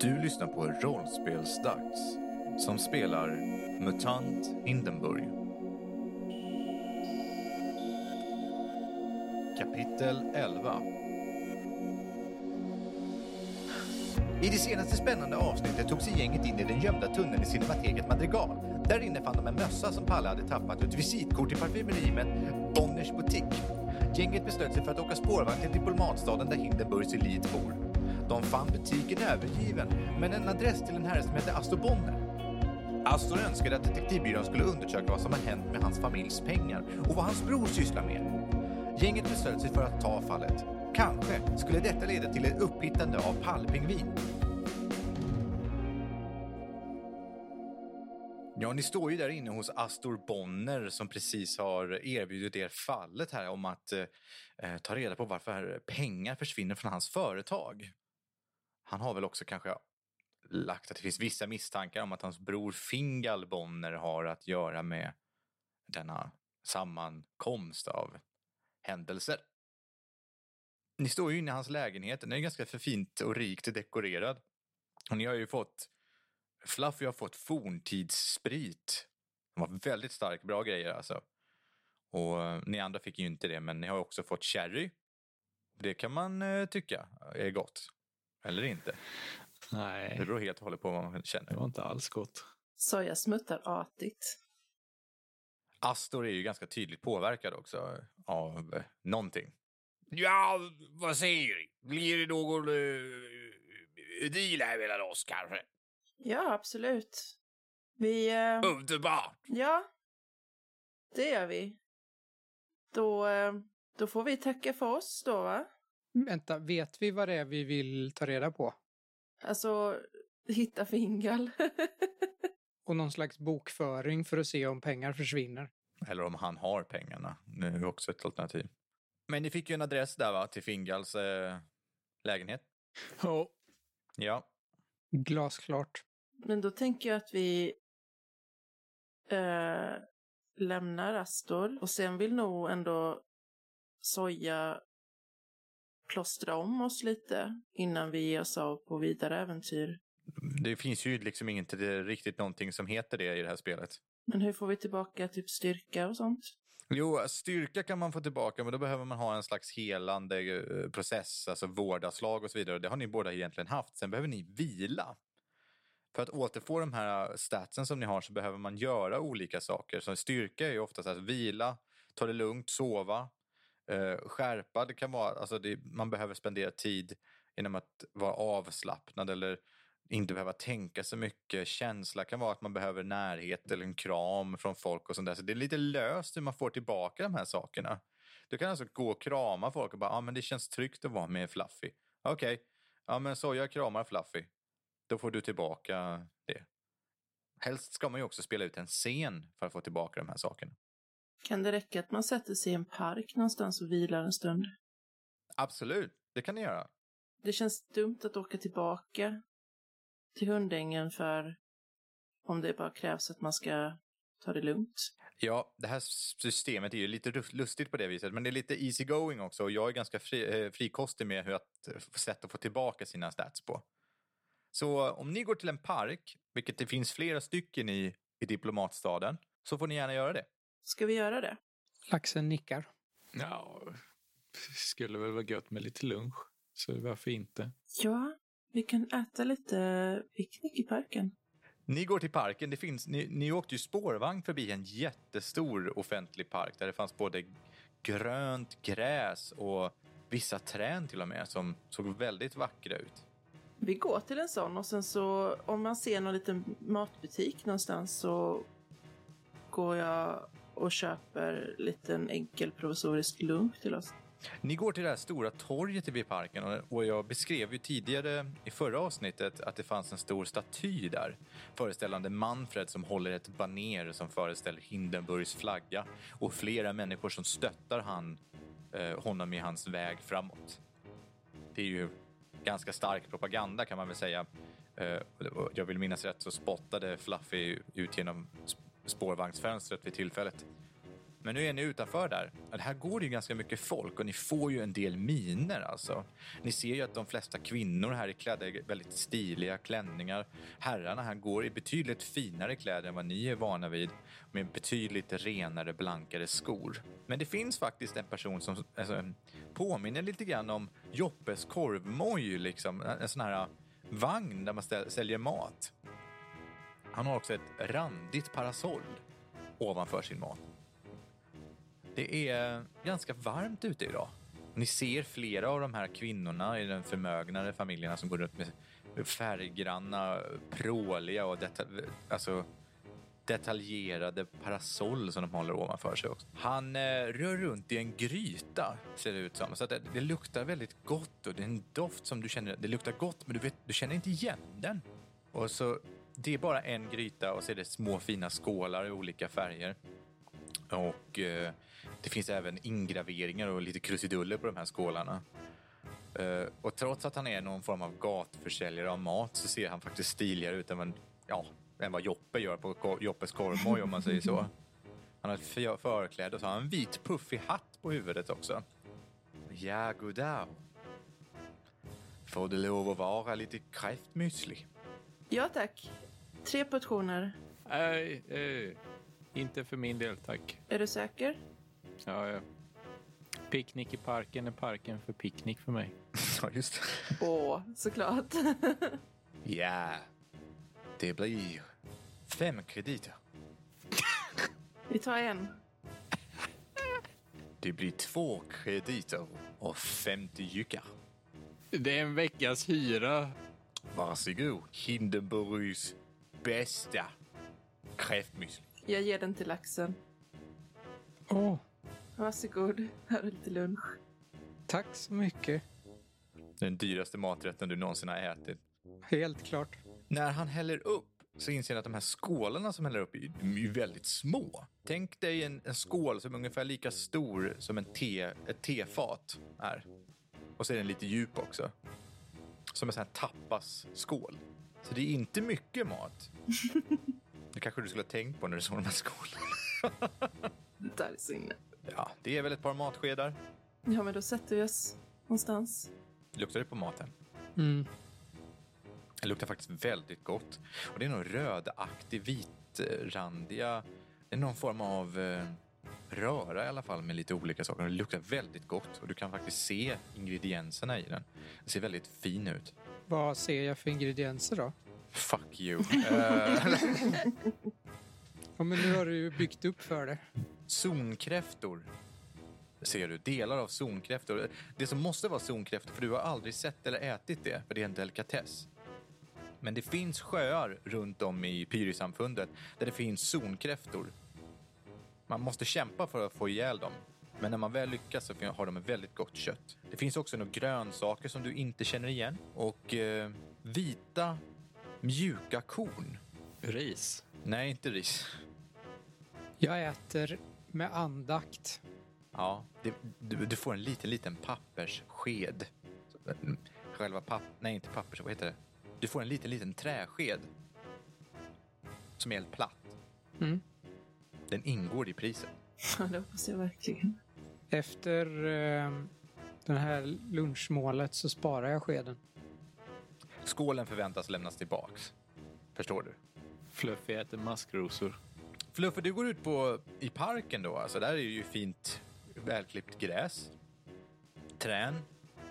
Du lyssnar på Rollspelsdags som spelar MUTANT Hindenburg. Kapitel 11 I det senaste spännande avsnittet tog sig gänget in i den gömda tunneln i cinemateket Madrigal. Där inne fann de en mössa som Palle hade tappat och ett visitkort till parfymeriet Bonners Boutique. Gänget beslöt sig för att åka spårvagn till diplomatstaden där Hindenburgs elit bor. De fann butiken övergiven, men en adress till en herre som hette Astor Bonner. Astor önskade att detektivbyrån skulle undersöka vad som har hänt med hans familjs pengar och vad hans bror sysslar med. Gänget beslöt sig för att ta fallet. Kanske skulle detta leda till ett upphittande av pallpingvin. Ja, ni står ju där inne hos Astor Bonner som precis har erbjudit er fallet här om att eh, ta reda på varför pengar försvinner från hans företag. Han har väl också kanske lagt att det finns vissa misstankar om att hans bror Fingal Bonner har att göra med denna sammankomst av händelser. Ni står ju inne i hans lägenhet. Den är ganska för fint och rikt dekorerad. Och ni har ju fått... Fluffy har fått forntidssprit. Den var väldigt stark. Bra grejer alltså. Och eh, ni andra fick ju inte det, men ni har också fått sherry. Det kan man eh, tycka är gott. Eller inte. Det Nej, beror helt och hållet på vad man det känner. var inte alls gott. Så jag smuttar artigt. Astor är ju ganska tydligt påverkad också av eh, någonting. Ja, vad säger ni? Blir det någon uh, deal här mellan oss kanske? Ja, absolut. Vi... Eh, Oh. Underbart! Ja, det gör vi. Då, eh, då får vi tacka för oss då, va? Vänta, vet vi vad det är vi vill ta reda på? Alltså, hitta Fingal. Och någon slags bokföring för att se om pengar försvinner. Eller om han har pengarna. Det är ju också ett alternativ. Men ni fick ju en adress där va? Till Fingals eh, lägenhet. Oh. Ja. Glasklart. Men då tänker jag att vi eh, lämnar Astor och sen vill nog ändå Soja plåstra om oss lite innan vi ger oss av på vidare äventyr. Det finns ju liksom inte det- riktigt någonting som heter det i det här spelet. Men hur får vi tillbaka typ styrka och sånt? Jo, styrka kan man få tillbaka, men då behöver man ha en slags helande eh, process, alltså vårdaslag och så vidare. Det har ni båda egentligen haft. Sen behöver ni vila. För att återfå de här eh, statsen som ni har så behöver man göra olika saker. Så styrka är ju oftast att vila, ta det lugnt, sova, eh, skärpa. Det kan vara, alltså det, man behöver spendera tid genom att vara avslappnad eller inte behöva tänka så mycket. Känsla kan vara att man behöver närhet eller en kram från folk och sånt där. Så det är lite löst hur man får tillbaka de här sakerna. Du kan alltså gå och krama folk och bara, ja ah, men det känns tryggt att vara med Fluffy. Okej, ja men så jag kramar Fluffy. Då får du tillbaka det. Helst ska man ju också spela ut en scen för att få tillbaka de här sakerna. Kan det räcka att man sätter sig i en park någonstans och vilar en stund? Absolut, det kan ni göra. Det känns dumt att åka tillbaka till hundängen för om det bara krävs att man ska ta det lugnt. Ja, det här systemet är ju lite ruf- lustigt på det viset, men det är lite easy going också och jag är ganska fri, eh, frikostig med hur att, eh, sätt att få tillbaka sina stats på. Så om ni går till en park, vilket det finns flera stycken i, i diplomatstaden, så får ni gärna göra det. Ska vi göra det? Laxen nickar. Ja, skulle väl vara gött med lite lunch. Så varför inte? Ja, vi kan äta lite picknick i parken. Ni går till parken, det finns, ni, ni åkte ju spårvagn förbi en jättestor offentlig park där det fanns både grönt gräs och vissa träd till och med som såg väldigt vackra ut. Vi går till en sån och sen så om man ser någon liten matbutik någonstans så går jag och köper liten enkel provisorisk lunch till oss. Ni går till det här stora torget vid parken och- och jag beskrev ju tidigare i förra avsnittet att det fanns en stor staty där föreställande Manfred som håller ett baner som föreställer Hindenburgs flagga och flera människor som stöttar han, eh, honom i hans väg framåt. Det är ju ganska stark propaganda kan man väl säga. Eh, och jag vill minnas rätt så spottade Fluffy ut genom sp- spårvagnsfönstret vid tillfället. Men nu är ni utanför där. Ja, Det här går ju ganska mycket folk och ni får ju en del miner alltså. Ni ser ju att de flesta kvinnor här är klädda i väldigt stiliga klänningar. Herrarna här går i betydligt finare kläder än vad ni är vana vid med betydligt renare, blankare skor. Men det finns faktiskt en person som alltså, påminner lite grann om Joppes korvmoj, liksom. En- En sån här vagn där man ställ, säljer mat. Han har också ett randigt parasoll ovanför sin mat. Det är ganska varmt ute idag. Ni ser flera av de här kvinnorna i den förmögnare familjerna som går runt med färggranna, pråliga och detta, alltså detaljerade parasoll som de håller ovanför sig också. Han eh, rör runt i en gryta, ser det ut som. Så att det, det luktar väldigt gott och det är en doft som du känner, det luktar gott men du, vet, du känner inte igen den. Och så, det är bara en gryta och så är det små fina skålar i olika färger. Och eh, det finns även ingraveringar och lite krusiduller på de här skålarna. Eh, och trots att han är någon form av gatförsäljare av mat så ser han faktiskt stiligare ut än, vad- ja, än vad Joppe gör på ko- Joppes korvmoj om man säger så. Han har ett för- förkläde och så har han en vit puffig hatt på huvudet också. Ja, goddag. Får det lov att vara lite kräftmüsli? Ja tack. Tre portioner. Nej, eh, inte för min del tack. Är du säker? Ja, ja. Picknick i parken är parken för picknick för mig. Ja, just det. Åh, såklart. Ja, det blir fem krediter. Vi tar en. Det blir två krediter och 50 jyckar. Det är en veckas hyra. Varsågod. Hindenburgs bästa kräftmüsli. Jag ger den till laxen. Åh, Varsågod, här är lite lunch. tack så mycket. Den dyraste maträtten du någonsin har ätit. Helt klart. När han häller upp så inser han att de här skålarna som häller upp är ju- de är ju väldigt små. Tänk dig en, en skål som är ungefär lika stor som en te, ett tefat är. Och så är den lite djup också. Som en sån här tapasskål. Så det är inte mycket mat. Det kanske du skulle ha tänkt på när du såg de här skålarna. Det där är så inne. Ja, det är väl ett par matskedar. Ja, men då sätter vi oss någonstans. Luktar det på maten? Mm. Det luktar faktiskt väldigt gott. Och det är någon rödaktig, vitrandiga... Det är någon form av eh, röra i alla fall med lite olika saker. Det luktar väldigt gott och du kan faktiskt se ingredienserna i den. Den ser väldigt fin ut. Vad ser jag för ingredienser då? Fuck you. Eh, Ja, men nu har du ju byggt upp för det. zonkräftor. Ser du? Delar av zonkräftor. Det som måste vara zonkräftor, för du har aldrig sett eller ätit det, för det är en delikatess. Men det finns sjöar runt om i Pyrisamfundet där det finns zonkräftor. Man måste kämpa för att få ihjäl dem. Men när man väl lyckas så fin- har de ett väldigt gott kött. Det finns också några grönsaker som du inte känner igen. Och eh, vita, mjuka korn. Ris. Nej, inte ris. Jag äter med andakt. Ja, det, du, du får en liten, liten papperssked. Själva papp... Nej, inte pappers... Vad heter det? Du får en liten, liten träsked. Som är helt platt. Mm. Den ingår i priset. Ja, det hoppas jag verkligen. Efter eh, det här lunchmålet så sparar jag skeden. Skålen förväntas lämnas tillbaks. Förstår du? Fluffy äter maskrosor. Fluffer, du går ut på, i parken då. Alltså, där är ju fint välklippt gräs. Trän.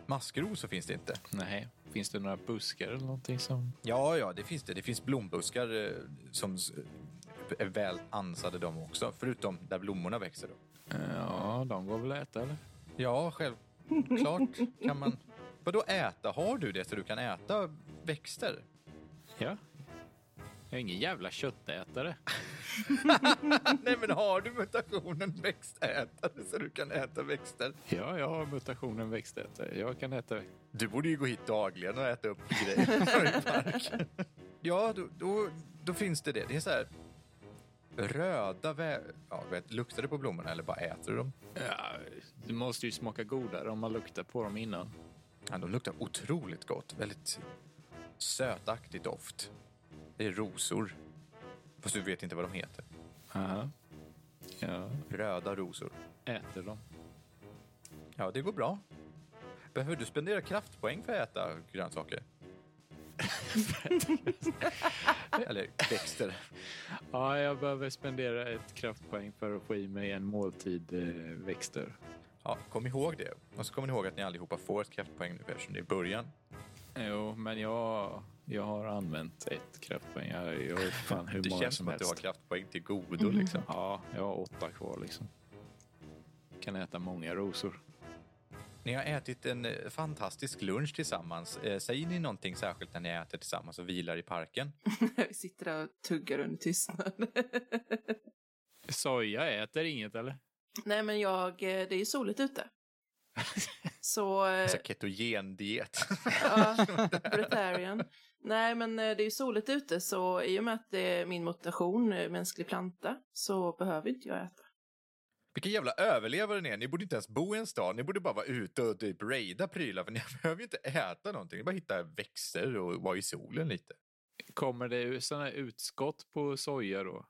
Maskrosor finns det inte. Nej, finns det några buskar eller någonting som... Ja, ja, det finns det. Det finns blombuskar eh, som s- eh, är väl ansade de också, förutom där blommorna växer. Då. Eh, Ja, de går väl att äta eller? Ja, självklart kan man... Vadå äta? Har du det så du kan äta växter? Ja. Jag är ingen jävla köttätare. Nej, men har du mutationen växtätare så du kan äta växter? Ja, jag har mutationen växtätare. Jag kan äta... Du borde ju gå hit dagligen och äta upp grejer i parken. Ja, då, då, då finns det det. Det är så här... Röda... Vä- ja, vet, luktar du på blommorna eller bara äter du dem? Ja, det måste ju smaka godare om man luktar på dem innan. Ja, de luktar otroligt gott. Väldigt sötaktig doft. Det är rosor. Fast du vet inte vad de heter. Aha. Jag Röda rosor. äter dem. Ja, det går bra. Behöver du spendera kraftpoäng för att äta grönsaker? Eller växter. Ja, jag behöver spendera ett kraftpoäng för att få i mig en måltid eh, växter. Ja, kom ihåg det. Och så kommer ni ihåg att ni allihopa får ett kraftpoäng nu eftersom det är början. Jo, men jag, jag har använt ett kraftpoäng. Jag, jag vet fan hur Det många känns som som att du har helst. Mm. kraftpoäng till godo Mhm. liksom. Ja, jag har åtta kvar liksom. Kan äta många rosor. Ni har ätit en eh, fantastisk lunch tillsammans. Eh, Säger ni någonting särskilt när ni äter tillsammans och vilar i parken? Vi sitter där och tuggar under tystnad. Soja äter inget eller? Nej, men jag, eh, det är ju soligt ute. Så... eh, Alltså ketogendiet. Ja, Breatharian. Nej, men eh, det är ju soligt ute så i och med att det är min mutation, eh, mänsklig planta, så behöver inte jag äta. Vilka jävla överlevare ni är. Ni borde inte ens bo i en stad. Ni borde bara vara ute och typ raida prylar för ni behöver ju inte äta någonting. Ni bara hitta växter och vara i solen lite. Kommer det sådana utskott på soja då?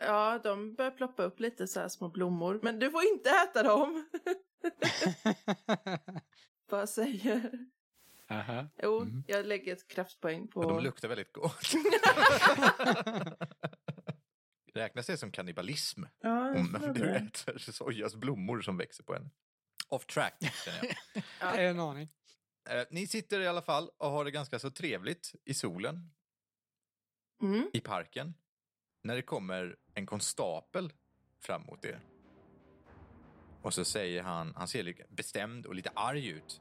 Ja, de börjar ploppa upp lite så här små blommor, men du får inte äta dem! Vad säger? Aha. Jo, Mm. jag lägger ett kraftpoäng på... Men Mhm. de luktar väldigt gott. Räknas det som kannibalism ja, jag om tror du det. äter sojas blommor som växer på en? Off track, känner jag. Ja. En aning. Eh, ni sitter i alla fall och har det ganska så trevligt i solen, Mm. i parken, när det kommer en konstapel fram mot er. Och så säger han, han ser lite bestämd och lite arg ut.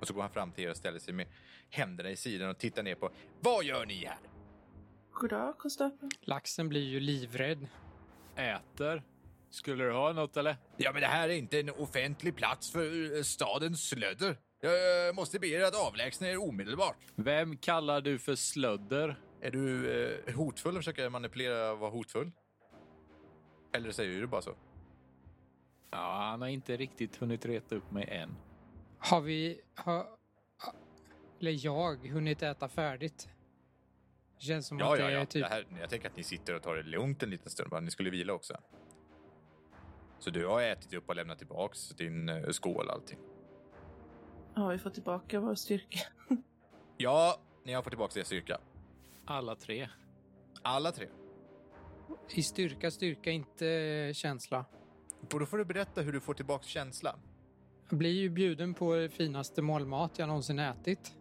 Och så går han fram till er och ställer sig med händerna i sidan och tittar ner på, vad gör ni här? Goddag, konstapeln. Laxen blir ju livrädd. Äter? Skulle du ha något eller? Ja, men det här är inte en offentlig plats för eh, stadens slödder. Jag eh, måste be er att avlägsna er omedelbart. Vem kallar du för slödder? Är du eh, hotfull och försöker manipulera att vara hotfull? Eller säger du bara så? Ja, han har inte riktigt hunnit reta upp mig än. Har vi... Har, eller jag hunnit äta färdigt? Känns som Ja, att det ja, är ja. typ... Det här, jag tänker att ni sitter och tar det lugnt en liten stund. Bara. Ni skulle vila också. Så du har ätit upp och lämnat tillbaks din eh, skål och allting. Har vi fått tillbaka vår styrka? Ja, ni har fått tillbaks er styrka. Alla tre. Alla tre. I styrka, styrka, inte känsla. Och Då får du berätta hur du får tillbaks känslan. Jag blir ju bjuden på det finaste målmat jag någonsin ätit.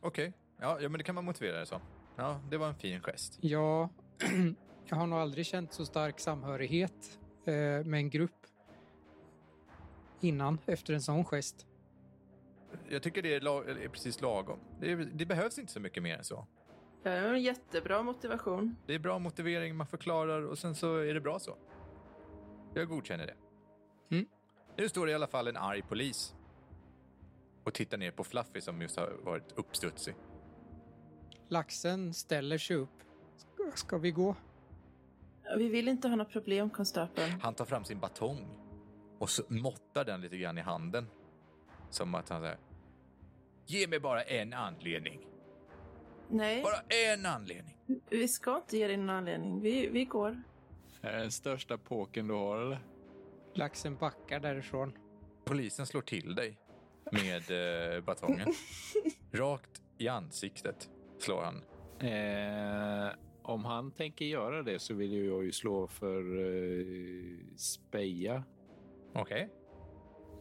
Okej. Ja, ja, men det kan man motivera det som. Ja, det var en fin gest. Jag, jag har nog aldrig känt så stark samhörighet eh, med en grupp innan, efter en sån gest. Jag tycker det är, la- eller är precis lagom. Det, är, det behövs inte så mycket mer än så. Det är en jättebra motivation. Det är bra motivering, man förklarar och sen så är det bra så. Jag godkänner det. Mm. Nu står det i alla fall en arg polis och tittar ner på Fluffy som just har varit uppstudsig. Laxen ställer sig upp. Ska, ska vi gå? Vi vill inte ha några problem, konstapeln. Han tar fram sin batong och så måttar den lite grann i handen. Som att han säger Ge mig bara en anledning. Nej, Bara en anledning. vi ska inte ge dig någon anledning. Vi, vi går. Är det den största påken du har eller? Laxen backar därifrån. Polisen slår till dig med eh, batongen. Rakt i ansiktet slår han. Eh, om han tänker göra det så vill ju jag ju slå för eh, speja. Okej.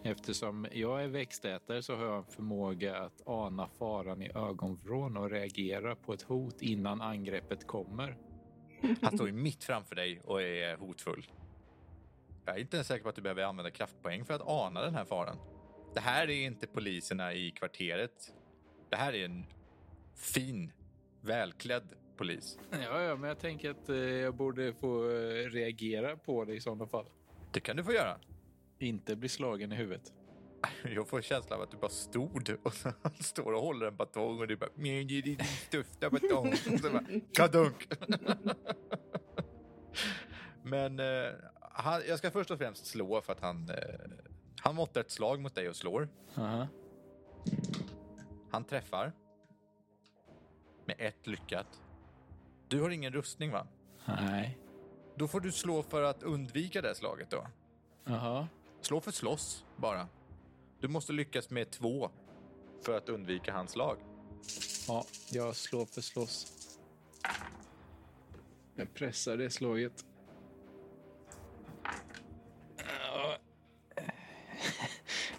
Eftersom jag är växtätare så har jag en förmåga att ana faran i ögonvrån och reagera på ett hot innan angreppet kommer. Han står ju mitt framför dig och är hotfull. Jag är inte ens säker på att du behöver använda kraftpoäng för att ana den här faran. Det här är inte poliserna i kvarteret. Det här är en fin, välklädd polis. Ja, ja, men jag tänker att eh, jag borde få eh, reagera på det i sådana fall. Det kan du få göra. Inte bli slagen i huvudet. Jag får känslan av att du bara stod och så han står och håller en batong och du bara men det är din största batong. Och så bara kadunk. Men eh, han, jag ska först och främst slå för att han eh, han måttar ett slag mot dig och slår. Aha. Han träffar. Med ett lyckat. Du har ingen rustning va? Nej. Då får du slå för att undvika det slaget då. Jaha. Slå för slåss bara. Du måste lyckas med två för att undvika hans slag. Ja, jag slår för slåss. Jag pressar det slaget. Ja.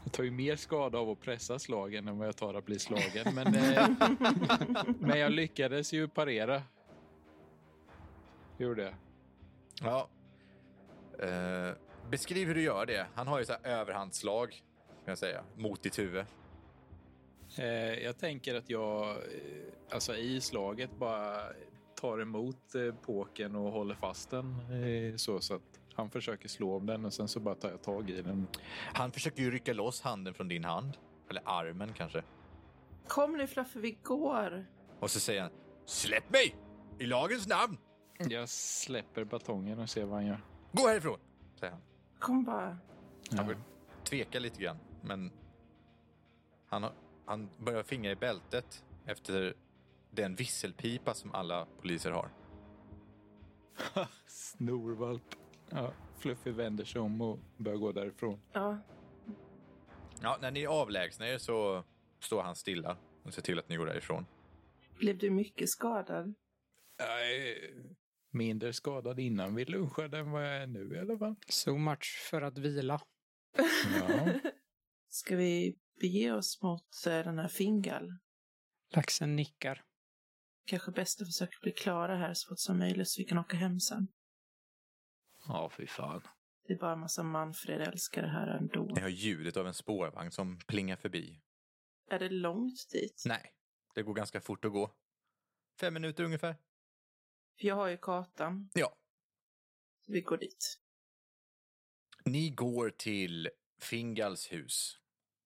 Jag tar ju mer skada av att pressa slagen än vad jag tar att bli slagen. Men, eh, men jag lyckades ju parera. Gjorde jag. Ja. Eh, beskriv hur du gör det. Han har ju så här överhandslag kan jag säga, mot ditt huvud. Eh, Jag tänker att jag eh, alltså i slaget bara tar emot eh, påken och håller fast den eh, så, så att han försöker slå om den och sen så bara tar jag tag i den. Han försöker ju rycka loss handen från din hand. Eller armen kanske. Kom nu Fluffy, vi går. Och så säger han Släpp mig! I lagens namn! Jag släpper batongen och ser vad han gör. Gå härifrån! Säger han. Kom bara. Ja. Tvekar lite grann, men han, har- han börjar fingra i bältet efter den visselpipa som alla poliser har. Snorvalp. Ja, Fluffy vänder sig om och börjar gå därifrån. Ja, Ja, när ni avlägsnar er så står han stilla och ser till att ni går därifrån. blev du mycket skadad? Jag är mindre skadad innan vi lunchade än vad jag är nu i alla fall. So much för att vila. Ja. Ska vi bege oss mot eh, den här Fingal? Laxen nickar. Kanske bäst att försöka bli klara här så fort som möjligt så vi kan åka hem sen. ja, fy fan. Det är bara en massa Manfred-älskare här ändå. Ni hör ljudet av en spårvagn som plingar förbi. Är det långt dit? Nej, det går ganska fort att gå. Fem minuter ungefär. För jag har ju kartan. Ja. Så vi går dit. Ni går till Fingals hus.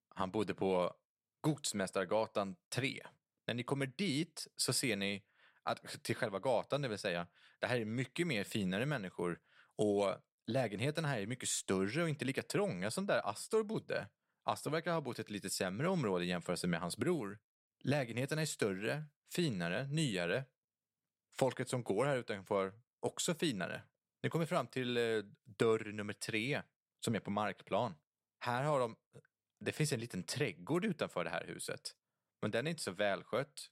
Han bodde på Godsmästargatan 3. När ni kommer dit så ser ni att, till själva gatan, det vill säga, det här är mycket mer finare människor och lägenheterna här är mycket större och inte lika trånga som där Astor bodde. Astor verkar ha bott i ett lite sämre område i jämförelse med hans bror. Lägenheterna är större, finare, nyare. Folket som går här utanför också finare. Ni kommer fram till eh, dörr nummer tre som är på markplan. Här har de... Det finns en liten trädgård utanför det här huset. Men den är inte så välskött.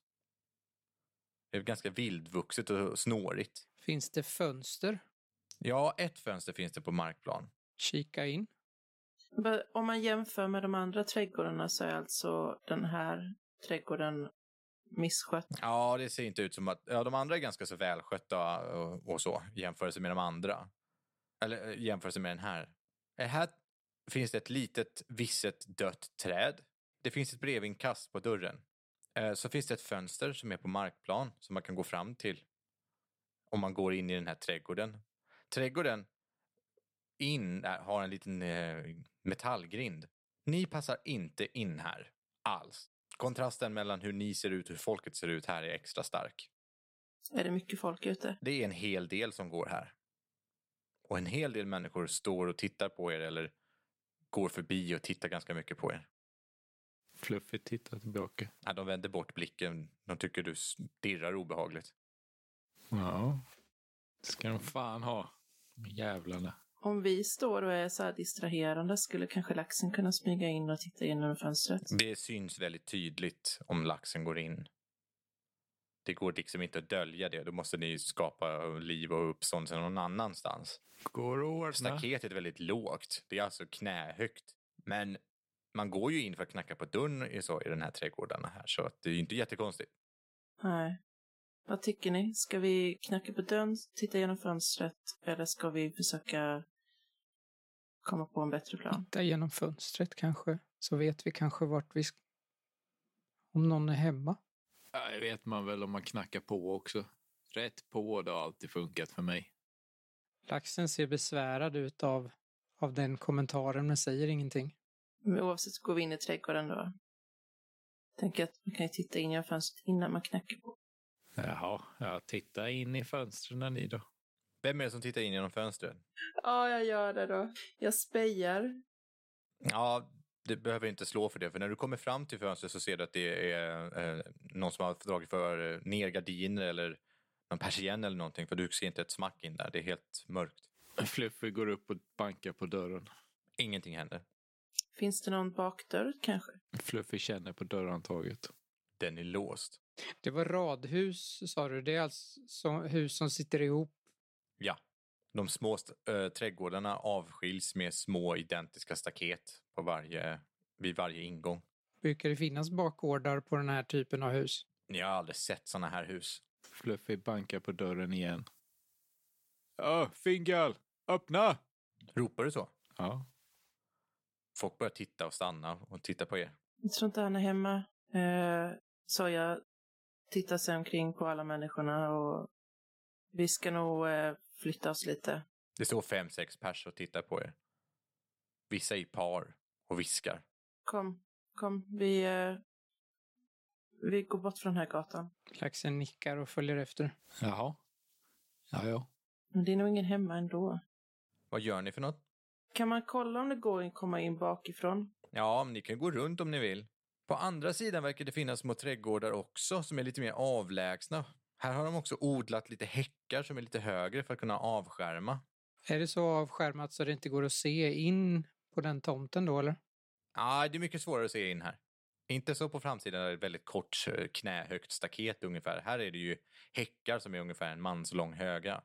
Det är ganska vildvuxet och snårigt. Finns det fönster? Ja, ett fönster finns det på markplan. Kika in. Men Om man jämför med de andra trädgårdarna så är alltså den här trädgården misskött. Ja, det ser inte ut som att... Ja, de andra är ganska så välskötta och, och så i jämförelse med de andra. Eller eh, i jämförelse med den här. Eh, Här finns det ett litet, visset, dött träd. Det finns ett brevinkast på dörren. Eh, Så finns det ett fönster som är på markplan som man kan gå fram till om man går in i den här trädgården. Trädgården in där har en liten eh, metallgrind. Ni passar inte in här alls. Kontrasten mellan hur ni ser ut och hur folket ser ut här är extra stark. Är det mycket folk ute? Det är en hel del som går här. Och en hel del människor står och tittar på er eller går förbi och tittar ganska mycket på er. Fluffy tittar tillbaka. Nej, de vänder bort blicken. De tycker du stirrar obehagligt. Ja. Ska de fan ha. Jävlarna. Om vi står och är så här distraherande skulle kanske laxen kunna smyga in och titta in genom fönstret. Det syns väldigt tydligt om laxen går in. Det går liksom inte att dölja det. Då måste ni skapa liv och uppståndelse någon annanstans. Går att ordna. Staketet är väldigt lågt. Det är alltså knähögt. Men man går ju in för att knacka på dörren i, så, i den här trädgården här. Så att det är ju inte jättekonstigt. Nej. Vad tycker ni? Ska vi knacka på dörren, titta genom fönstret eller ska vi försöka komma på en bättre plan? Titta genom fönstret kanske. Så vet vi kanske vart vi... sk- Om någon är hemma. Ja, det vet man väl om man knackar på också. Rätt på, det har alltid funkat för mig. Laxen ser besvärad ut av, av den kommentaren men säger ingenting. Men oavsett så går vi in i trädgården då. Tänker att man kan ju titta in genom fönstret innan man knackar på. Jaha, ja, titta in i fönstren ni då. Vem är det som tittar in genom fönstret? Ja, jag gör det då. Jag spejar. Ja, du behöver inte slå för det. För när du kommer fram till fönstret så ser du att det är eh, någon som har dragit för eh, ner gardiner eller någon persienn eller någonting för du ser inte ett smack in där. Det är helt mörkt. Fluffy går upp och bankar på dörren. Ingenting händer. Finns det någon bakdörr kanske? Fluffy känner på dörrhandtaget. Den är låst. Det var radhus sa du. Det är alltså som, hus som sitter ihop. Ja. De små st- eh, trädgårdarna avskiljs med små identiska staket på varje, vid varje ingång. Brukar det finnas bakgårdar på den här typen av hus? Jag har aldrig sett såna här hus. Fluffy bankar på dörren igen. Ja, Fingal! Öppna! Ropar du så? Ja. Folk börjar titta och stanna och titta på er. Jag tror inte han är hemma. Eh, så jag tittar sig omkring på alla människorna och vi ska nog eh, flytta oss lite. Det står fem, sex pers och tittar på er. Vissa i par och viskar. Kom, kom, vi, eh, vi går bort från den här gatan. Laxen nickar och följer efter. Jaha. Ja, ja. Men det är nog ingen hemma ändå. Vad gör ni för något? Kan man kolla om det går att komma in bakifrån? Ja, men ni kan gå runt om ni vill. På andra sidan verkar det finnas små trädgårdar också som är lite mer avlägsna. Här har de också odlat lite häckar som är lite högre för att kunna avskärma. Är det så avskärmat så det inte går att se in på den tomten då eller? Ja, det är mycket svårare att se in här. Inte så på framsidan där det är ett väldigt kort eh, knähögt staket ungefär. Här är det ju häckar som är ungefär en mans lång höga.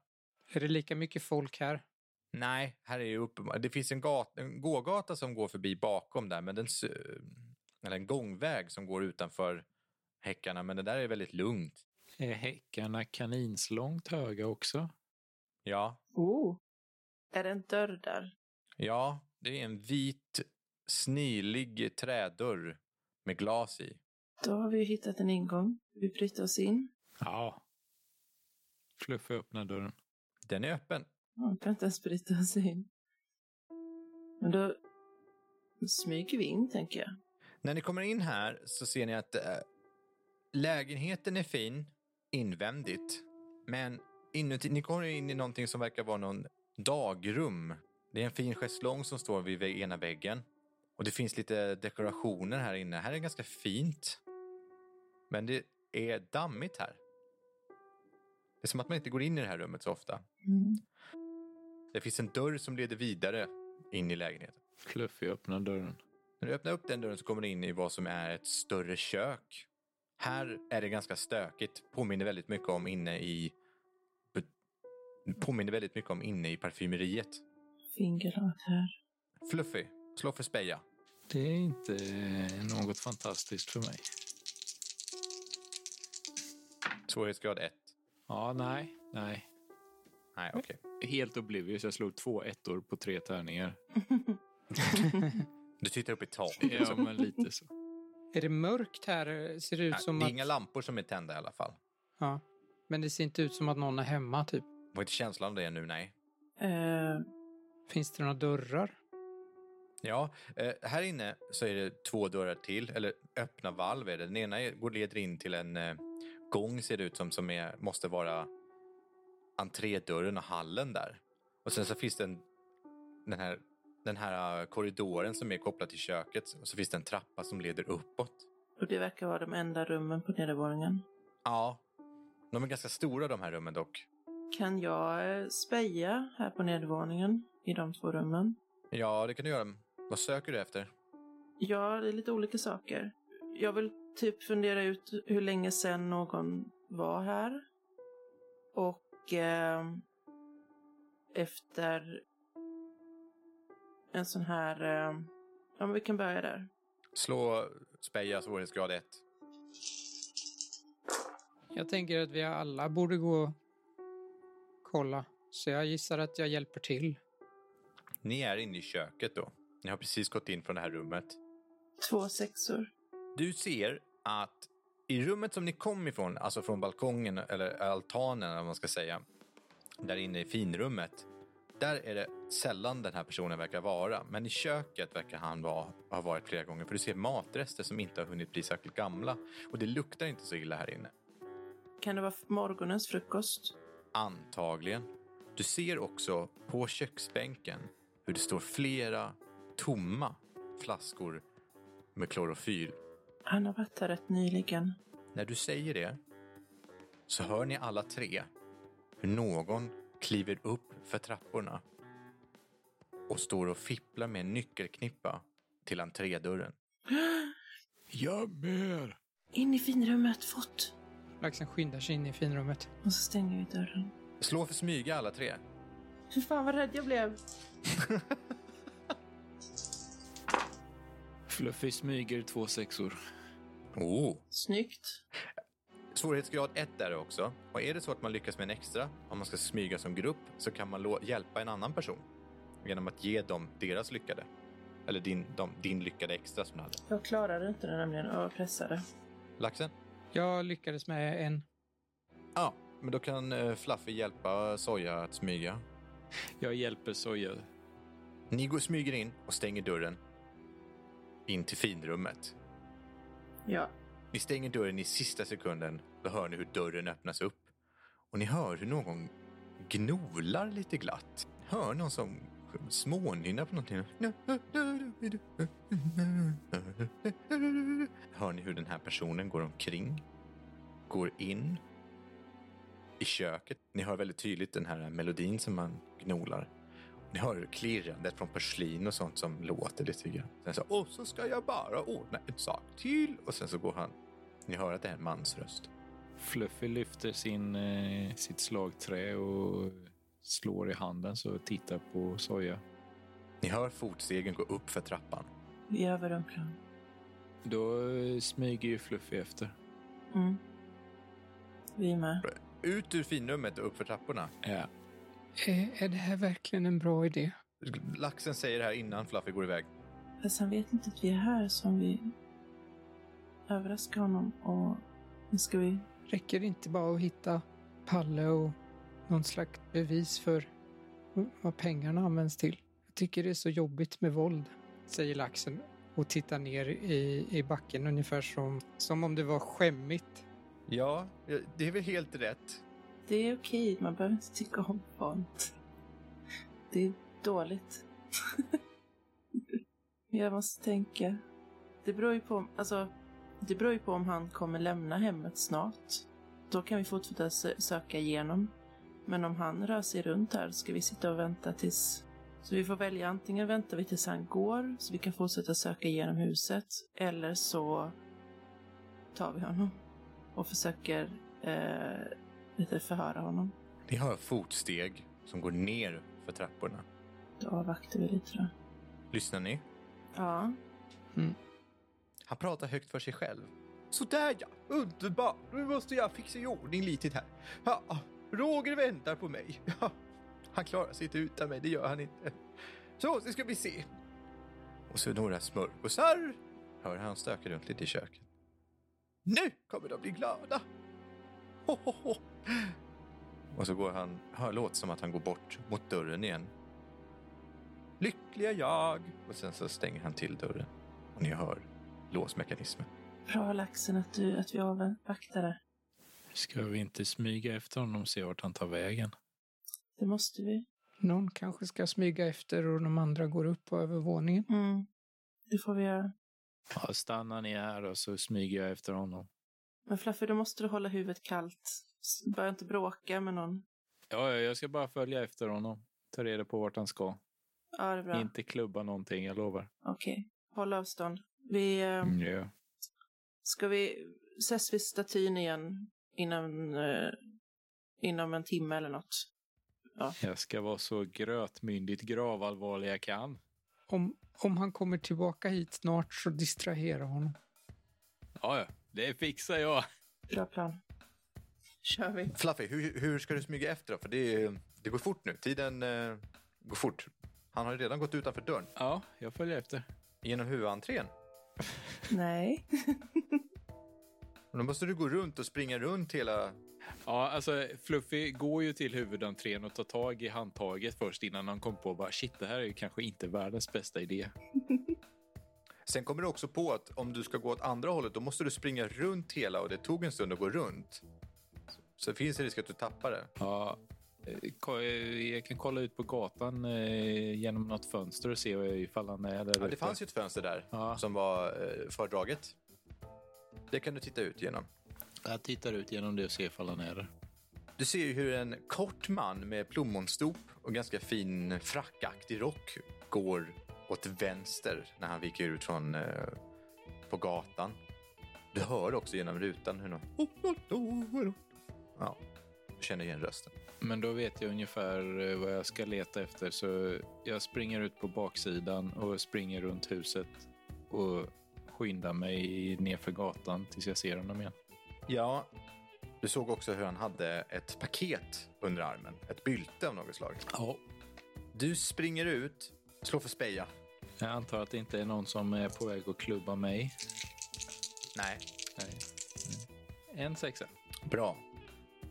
Är det lika mycket folk här? Nej, här är ju uppenbart. Det finns en, gat, en gågata som går förbi bakom där, men den, s- eller en gångväg som går utanför häckarna, men det där är väldigt lugnt. Är häckarna kaninslångt höga också? Ja, Oh. Är det en dörr där? ja, det är en vit snilig trädörr med glas i. Då har vi ju hittat en ingång. Vi bryter oss in. Ja. Fluffy öppnar dörren. Den är öppen. Man behöver inte ens bryta sig in. Men då smyger vi in, tänker jag. När ni kommer in här så ser ni att eh, lägenheten är fin invändigt, men inuti, ni kommer in i någonting som verkar vara någon dagrum. Det är en fin schäslong som står vid vä- ena väggen och det finns lite dekorationer här inne. Här är ganska fint, men det är dammigt här. Det är som att man inte går in i det här rummet så ofta. Mm. Det finns en dörr som leder vidare in i lägenheten. Fluffy öppnar dörren. När du öppnar upp den dörren så kommer du in i vad som är ett större kök. Här är det ganska stökigt. Påminner väldigt mycket om inne i... Påminner väldigt mycket om inne i parfymeriet. Fingerlag här. Fluffy, slå för speja. Det är inte något fantastiskt för mig. Svårighetsgrad 1. Ja, nej, nej. Nej, okej. Helt oblivious. Jag slog två ettor på tre tärningar. Du tittar upp i taket. Ja, men lite så. Är det mörkt här? Ser det ut Nej, som det är att... inga lampor som är tända i alla fall. Ja. Men det ser inte ut som att någon är hemma typ. Får inte känslan av det nu, nej. Eh, Finns det några dörrar? Ja, eh, här inne så är det två dörrar till, eller öppna valv är det. Den ena är- går leder in till en eh, gång ser det ut som, som är, måste vara entrédörren och hallen där. Och sen så finns det en, den här, den här eh, korridoren som är kopplad till köket och så finns det en trappa som leder uppåt. och det verkar vara de enda rummen på nedervåningen. Ja, de är ganska stora de här rummen dock. Kan jag eh, speja här på nedervåningen i de två rummen? Ja, det kan du göra. Vad söker du efter? Ja, det är lite olika saker. Jag vill typ fundera ut hur länge sedan någon var här. Och eh, efter en sån här... Eh, ja, men vi kan börja där. Slå speja svårighetsgrad 1. Jag tänker att vi alla borde gå och kolla. Så jag gissar att jag hjälper till. Ni är inne i köket då. Ni har precis gått in från det här rummet. Två sexor. Du ser att i rummet som ni kom ifrån, alltså från balkongen eller altanen eller vad man ska säga, där inne i finrummet, där är det sällan den här personen verkar vara. Men i köket verkar han vara, ha varit flera gånger, för du ser matrester som inte har hunnit bli särskilt gamla. Och det luktar inte så illa här inne. Kan det vara morgonens frukost? Antagligen. Du ser också på köksbänken hur det står flera tomma flaskor med klorofyl Han har varit här rätt nyligen. När du säger det så hör ni alla tre hur någon kliver upp för trapporna och står och fipplar med en nyckelknippa till entrédörren. Göm er! In i finrummet, fort! Laxen skyndar sig in i finrummet. Och så stänger vi dörren. Slå för smyga alla tre. Fy fan vad rädd jag blev. Fluffy smyger två sexor. Oh. Snyggt. Svårighetsgrad 1 är det också. Och är det så att man lyckas med en extra, om man ska smyga som grupp, så kan man lå- hjälpa en annan person genom att ge dem deras lyckade. Eller din, de, din lyckade extra som du hade. Jag klarade inte det nämligen. Jag var pressade. Laxen? Jag lyckades med en. Ja, men då kan eh, Fluffy hjälpa Soja att smyga. Jag hjälper Soja. Ni går, smyger in och stänger dörren in till finrummet. Ja. Ni stänger dörren i sista sekunden. Då hör ni hur dörren öppnas upp. Och ni hör hur någon gnolar lite glatt. Hör någon som smånynnar på någonting. Hör ni hur den här personen går omkring? Går in i köket. Ni hör väldigt tydligt den här melodin som man gnolar. Ni hör klirrandet från porslin och sånt som låter lite grann. Sen så, och så ska jag bara ordna en sak till. Och sen så går han. Ni hör att det är en mans röst. Fluffy lyfter sin, eh, sitt slagträ och slår i handen så tittar på Soja. Ni hör fotstegen gå upp för trappan. Vi överrumplar. Då eh, smyger ju Fluffy efter. Mm. Vi är med. Ut ur finrummet och upp för trapporna. Ja. Är, är det här verkligen en bra idé? Laxen säger det här innan Fluffy går iväg. Fast han vet inte att vi är här som vi överraskar honom och nu ska vi... Räcker det inte bara att hitta Palle och någon slags bevis för vad pengarna används till? Jag tycker det är så jobbigt med våld, säger laxen och tittar ner i, i backen ungefär som, som om det var skämmigt. Ja, det är väl helt rätt. Det är okej, man behöver inte tycka om sånt. Det är dåligt. jag måste tänka. Det beror ju på, alltså, det beror ju på om han kommer lämna hemmet snart. Då kan vi fortsätta sö- söka igenom. Men om han rör sig runt här ska vi sitta och vänta tills... Så vi får välja, antingen väntar vi tills han går så vi kan fortsätta söka igenom huset. Eller så tar vi honom och försöker eh, lite förhöra honom. Ni hör fotsteg som går ner för trapporna. Då avvaktar vi lite då. Lyssnar ni? Ja. Han pratar högt för sig själv. Sådär ja, underbart. Nu måste jag fixa i ordning lite här. Ja, Roger väntar på mig. Ja, han klarar sig inte utan mig, det gör han inte. Så, det ska vi se. Och så några smörgåsar. Hör han stöka runt lite i köket. Nu kommer de bli glada. Ho, ho, ho. Och så går han, hör låt som att han går bort mot dörren igen. Lyckliga jag. Och sen så stänger han till dörren. Och ni hör låsmekanismen. Bra laxen att, du, att vi avvaktar det. Ska vi inte smyga efter honom och se vart han tar vägen? Det måste vi. Någon kanske ska smyga efter och de andra går upp på övervåningen. Mm. Det får vi göra. Ja, stannar ni här och så smyger jag efter honom. Men Fluffy, då måste du hålla huvudet kallt. S- Börja inte bråka med någon. Ja, ja, jag ska bara följa efter honom. Ta reda på vart han ska. Ja, det är bra. Inte klubba någonting, jag lovar. Okej. Håll avstånd. Vi, eh, Mm, Ja. Ska vi ses vid statyn igen innan, eh, inom en timme eller något? Jag ska vara så grötmyndigt gravallvarlig jag kan. Om, om han kommer tillbaka hit snart så distrahera honom. Ja, ja, det fixar jag. Bra plan. Kör vi. Fluffy, hur, hur ska du smyga efter då? För det, det går fort nu. Tiden eh, går fort. Han har ju redan gått utanför dörren. Ja, jag följer efter. Genom huvudentrén. Nej. Men Då måste du gå runt och springa runt hela... Ja, alltså Fluffy går ju till huvudentrén och tar tag i handtaget först innan han kom på bara shit, det här är ju kanske inte världens bästa idé. Sen kommer du också på att om du ska gå åt andra hållet, då måste du springa runt hela och det tog en stund att gå runt. Så finns det risk att du tappar det. Ja, eh, ko- eh, jag kan kolla ut på gatan eh, genom något fönster och se ifall han är där Ja, det ute. fanns ju ett fönster där Ja. som var eh, fördraget. Det kan du titta ut genom. Jag tittar ut genom det och ser ifall han är där. Du ser ju hur en kort man med plommonstop och ganska fin frackaktig rock går åt vänster när han viker ut från eh, på gatan. Du hör också genom rutan hur någon... Ja, du känner igen rösten. Men då vet jag ungefär eh, vad jag ska leta efter så jag springer ut på baksidan och springer runt huset och skyndar mig nerför gatan tills jag ser honom igen. Ja, du såg också hur han hade ett paket under armen. Ett bylte av något slag. Ja. Du springer ut, slår för speja. Jag antar att det inte är någon som är på väg att klubba mig. Nej, Nej. En sexa. Bra.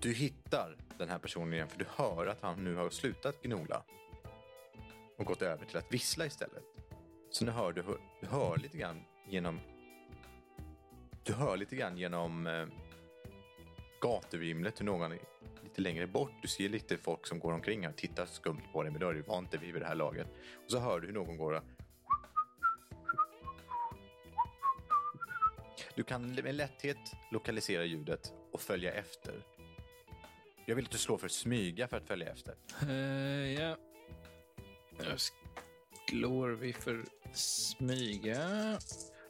Du hittar den här personen igen för du hör att han nu har slutat gnola och gått över till att vissla istället. Så nu hör du, hör, du hör lite grann genom du hör lite grann genom eh, gatuvimlet hur någon är lite längre bort. Du ser lite folk som går omkring här och tittar skumt på dig, men det är du van vid vid det här laget. Och så hör du hur någon går och Du kan med lätthet lokalisera ljudet och följa efter. Jag vill att du slår för smyga för att följa efter. Eh, ja. Jag slår vi för smyga.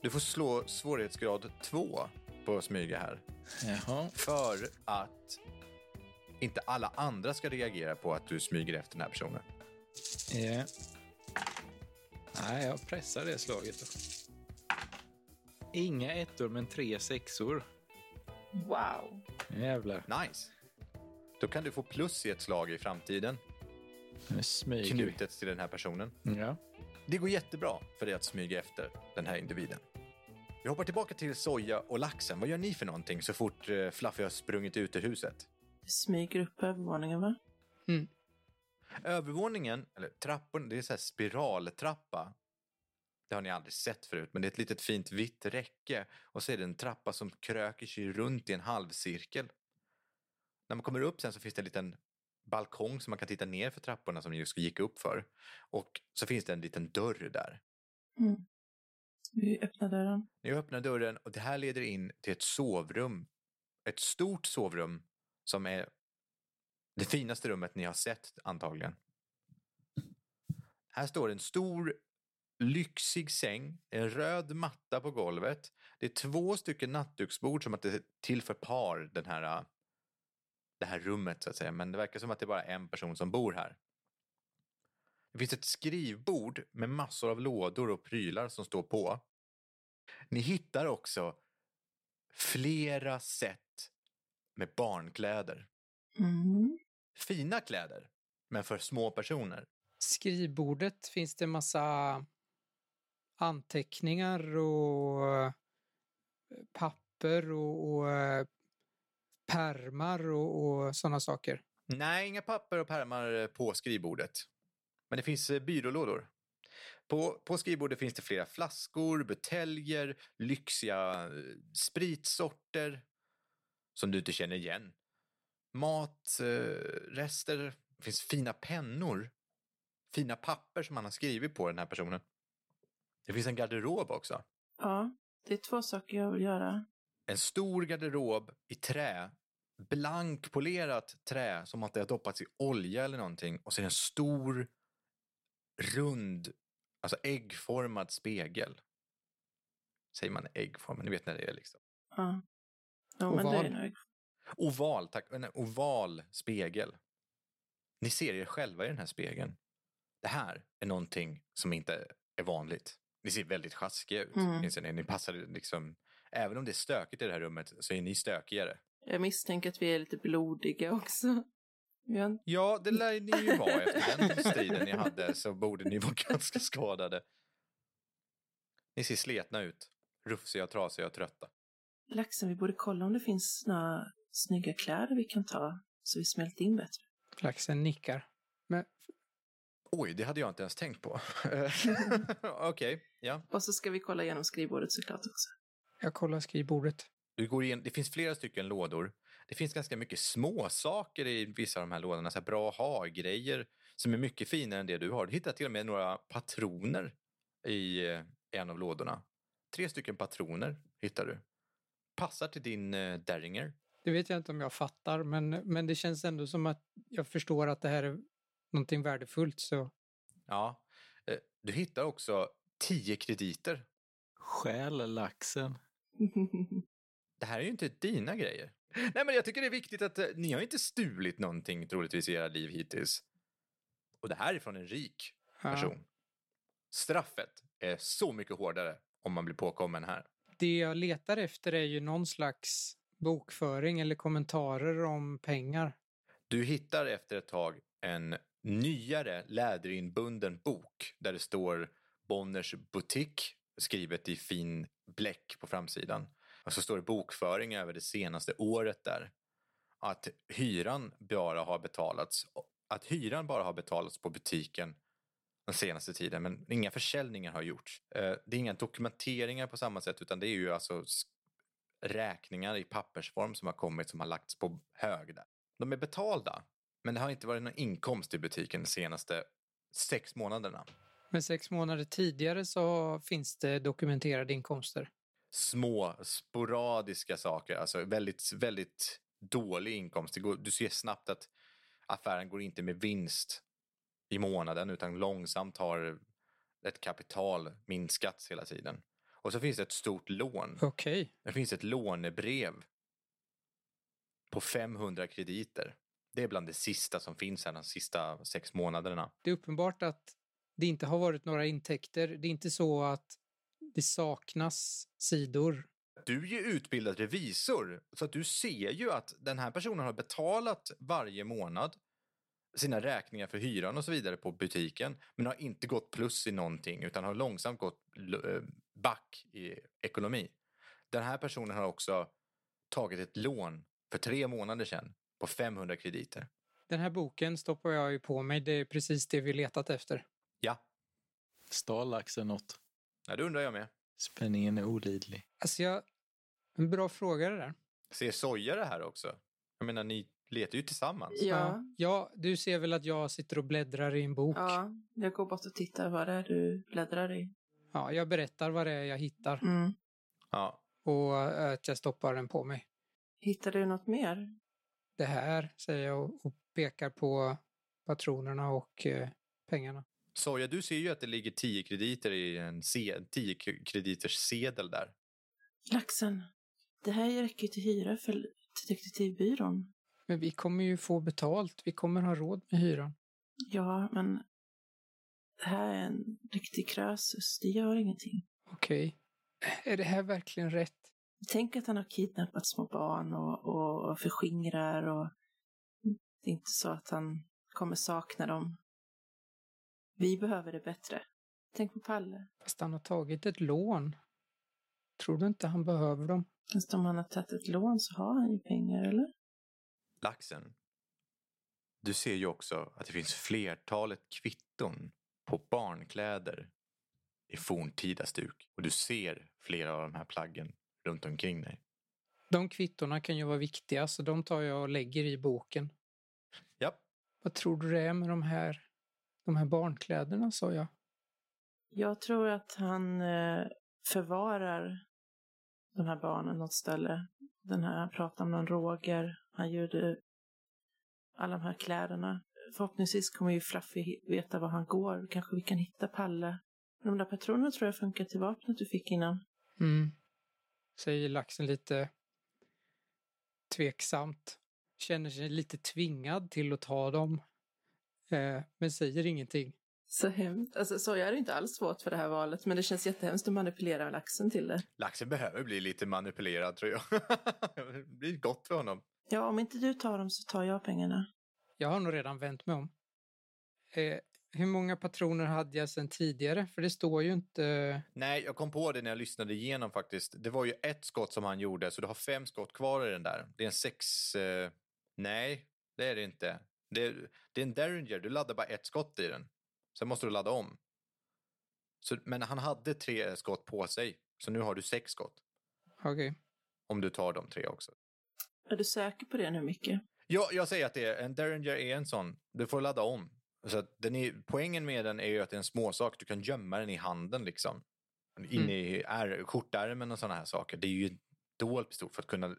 Du får slå svårighetsgrad 2 på smyga här. Jaha. För att inte alla andra ska reagera på att du smyger efter den här personen. Ja. Nej, jag pressar det slaget. Då. Inga ettor, men tre sexor. Wow. Jävlar. Nice! Då kan du få plus i ett slag i framtiden, Nu smyger vi. knutet till den här personen. Ja. Det går jättebra för dig att smyga efter den här individen. Vi hoppar tillbaka till Soja och laxen. Vad gör ni för någonting så fort eh, Fluffy har sprungit ut ur huset? Vi smyger upp på övervåningen va? Övervåningen, eller trappan, det är så här spiraltrappa. Det har ni aldrig sett förut, men det är ett litet fint vitt räcke och så är det en trappa som kröker sig runt i en halvcirkel. När man kommer upp sen så finns det en liten balkong som man kan titta ner för trapporna som ni just gick upp för. Och så finns det en liten dörr där. Mm. Vi öppnar dörren. Ni öppnar dörren och det här leder in till ett sovrum. Ett stort sovrum som är det finaste rummet ni har sett antagligen. Här står en stor lyxig säng, en röd matta på golvet. Det är två stycken nattduksbord som att det är till för par den här, äh, det här rummet så att säga. Men det verkar som att det är bara en person som bor här. Det finns ett skrivbord med massor av lådor och prylar som står på. Ni hittar också flera sätt med barnkläder. Mm. Fina kläder, men för små personer. Skrivbordet finns det massa anteckningar och eh, papper och, och eh, pärmar och, och sådana saker. Nej, inga papper och pärmar eh, på skrivbordet. Men det finns eh, byrålådor. På, på skrivbordet finns det flera flaskor, buteljer, lyxiga eh, spritsorter som du inte känner igen. Matrester, rester, det finns fina pennor, fina papper som han har skrivit på den här personen. Det finns en garderob också. Ja, det är två saker jag vill göra. En stor garderob i trä. Blankpolerat trä som att det har doppats i olja eller någonting. Och så är det en stor rund, alltså äggformad spegel. Säger man äggformad? Ni vet när det är liksom. Ja. Jo, men det Oval. är nog. Oval, tack. En oval spegel. Ni ser er själva i den här spegeln. Det här är någonting som inte är vanligt. Ni ser väldigt sjaskiga ut. Mm. inser Ni, ni passar liksom, även om det är stökigt i det här rummet så är ni stökigare. Jag misstänker att vi är lite blodiga också. Vi har en Ja, det lär ni ju vara efter den striden ni hade så borde ni vara ganska skadade. Ni ser sletna ut. Rufsiga, trasiga och trötta. Laxen, vi borde kolla om det finns några snygga kläder vi kan ta så vi smälter in bättre. Flaxen nickar. Men Oj, det hade jag inte ens tänkt på. Eh, Okej, ja. Och så ska vi kolla igenom skrivbordet såklart också. jag kollar skrivbordet. Du går igen. Det finns flera stycken lådor. Det finns ganska mycket små saker i vissa av de här lådorna. Så här bra ha-grejer som är mycket finare än det du har. Du hittar till och med några patroner i eh, en av lådorna. Tre stycken patroner hittar du. passar till din eh, Derringer. Det vet jag inte om jag fattar, men, men det känns ändå som att jag förstår att det här är någonting värdefullt. Så Ja. Eh, Du hittar också 10 krediter. Stjäl laxen. Det här är ju inte dina grejer. Nej, men jag tycker det är viktigt att eh, ni har ju inte stulit någonting troligtvis i era liv hittills. Och det här är från en rik person. ja, Straffet är så mycket hårdare om man blir påkommen här. det jag letar efter är ju någon slags bokföring eller kommentarer om pengar. Du hittar efter ett tag en nyare läderinbunden bok där det står Bonners butik skrivet i fin bläck på framsidan. Och så står det bokföring över det senaste året där. Att hyran bara har betalats, att hyran bara har betalats på butiken den senaste tiden, men inga försäljningar har gjorts. Eh, Det är inga dokumenteringar på samma sätt, utan det är ju alltså sk- räkningar i pappersform som har kommit som har lagts på hög där. De är betalda, men det har inte varit någon inkomst i butiken de senaste sex månaderna. Men sex månader tidigare så finns det dokumenterade inkomster. Små, sporadiska saker, alltså väldigt, väldigt dålig inkomst. Det går, du ser snabbt att affären går inte med vinst i månaden, utan långsamt har ett kapital minskats hela tiden. Och så finns det ett stort lån. Okej, Det finns ett lånebrev på 500 krediter. Det är bland det sista som finns här de sista sex månaderna. det är uppenbart att det inte har varit några intäkter. Det är inte så att det saknas sidor. Du är ju utbildad revisor, så att du ser ju att den här personen har betalat varje månad sina räkningar för hyran och så vidare på butiken, men har inte gått plus i någonting utan har långsamt gått l- eh, back i ekonomi. Den här personen har också tagit ett lån för tre månader sedan på 500 krediter. Den här boken stoppar jag ju på mig. Det är precis det vi letat efter. Ja, Stal laxen något. ja det undrar jag med. Spänningen är olidlig. Alltså jag... En bra fråga det där. Ser Soja det här också? Jag menar, ni letar ju tillsammans. ja. Ja, du ser väl att jag sitter och bläddrar i en bok? ja, jag går bort och tittar vad det är du bläddrar i. Ja, jag berättar vad det är jag hittar Mm. Ja. och eh, att jag stoppar den på mig. Hittar du något mer? Det här, säger jag och- och pekar på patronerna och eh, pengarna. Soja, du ser ju att det ligger 10 krediter i en 10 krediters sedel där. Laxen, det här räcker ju till hyra för till detektivbyrån. Men vi kommer ju få betalt. Vi kommer ha råd med hyran. Ja, men det här är en riktig krösus. Det gör ingenting. Okej. Är det här verkligen rätt? Tänk att han har kidnappat små barn och, och förskingrar och det är inte så att han kommer sakna dem. Vi behöver det bättre. Tänk på Palle. Fast han har tagit ett lån. Tror du inte han behöver dem? Fast om han har tagit ett lån så har han ju pengar, eller? Laxen. Du ser ju också att det finns flertalet kvitton på barnkläder i forntida stuk. Och du ser flera av de här plaggen runt omkring dig. De kvittorna kan ju vara viktiga, så de tar jag och lägger i boken. Japp. Vad tror du det är med de här, de här barnkläderna, sa jag? Jag tror att han eh, förvarar de här barnen något ställe. Den här, han pratade om någon Roger. Han gjorde alla de här kläderna. Förhoppningsvis kommer ju Fluffy hi- veta var han går. Kanske vi kan hitta Palle. Men De där patronerna tror jag funkar till vapnet du fick innan. Mm. Säger laxen lite tveksamt. Känner sig lite tvingad till att ta dem. Eh, men säger ingenting. Så hemskt. Alltså, så jag är inte alls svårt för det här valet, men det känns jättehemskt att manipulera laxen till det. Laxen behöver bli lite manipulerad tror jag. det blir gott för honom. Ja, om inte du tar dem så tar jag pengarna. Jag har nog redan vänt mig om. Eh, hur många patroner hade jag sedan tidigare? För det står ju inte... eh, Nej, jag kom på det när jag lyssnade igenom faktiskt. Det var ju ett skott som han gjorde, så du har fem skott kvar i den där. Det är en sex... Eh, nej, det är det inte. Det är, det är en Derringer, du laddar bara ett skott i den. Sen måste du ladda om. Så, men han hade tre skott på sig, så nu har du sex skott. Okej. Om du tar de tre också. Är du säker på det nu, Micke? Ja, jag säger att det är en Derringer är en sån. Du får ladda om. Så att den är, poängen med den är ju att det är en småsak. Du kan gömma den i handen liksom. Inne i är, skjortärmen och sådana här saker. Det är ju dold pistol för att kunna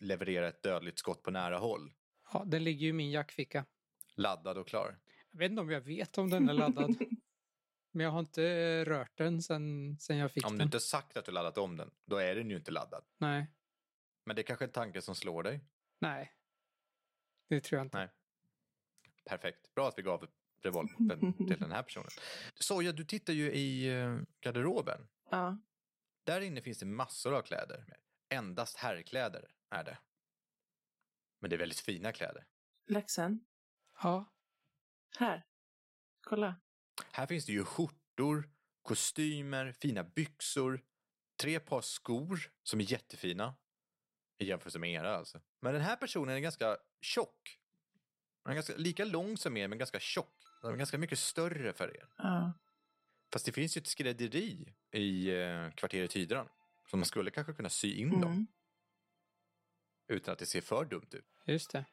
leverera ett dödligt skott på nära håll. Ja, den ligger ju i min jackficka. Laddad och klar. Jag vet inte om jag vet om den är laddad. men jag har inte eh, rört den sen, sen jag fick Om den. du inte sagt att du laddat om den, då är den ju inte laddad. Nej, Men det är kanske är tanken som slår dig. nej. Det tror jag inte. Nej. Perfekt. Bra att vi gav revolvern till den här personen. Soja, du tittar ju i eh, garderoben. Ja. Där inne finns det massor av kläder. Endast herrkläder är det. Men det är väldigt fina kläder. Laxen. Ja, Här. Kolla. Här finns det ju skjortor, kostymer, fina byxor, tre par skor som är jättefina. I jämförelse med era alltså. Men den här personen är ganska tjock. Han är ganska, lika lång som er men ganska tjock. Han är ganska mycket större för er. Ja. Fast det finns ju ett skrädderi i eh, kvarteret Hydran. Så man skulle kanske kunna sy in dem Mm. utan att det ser för dumt ut. just det.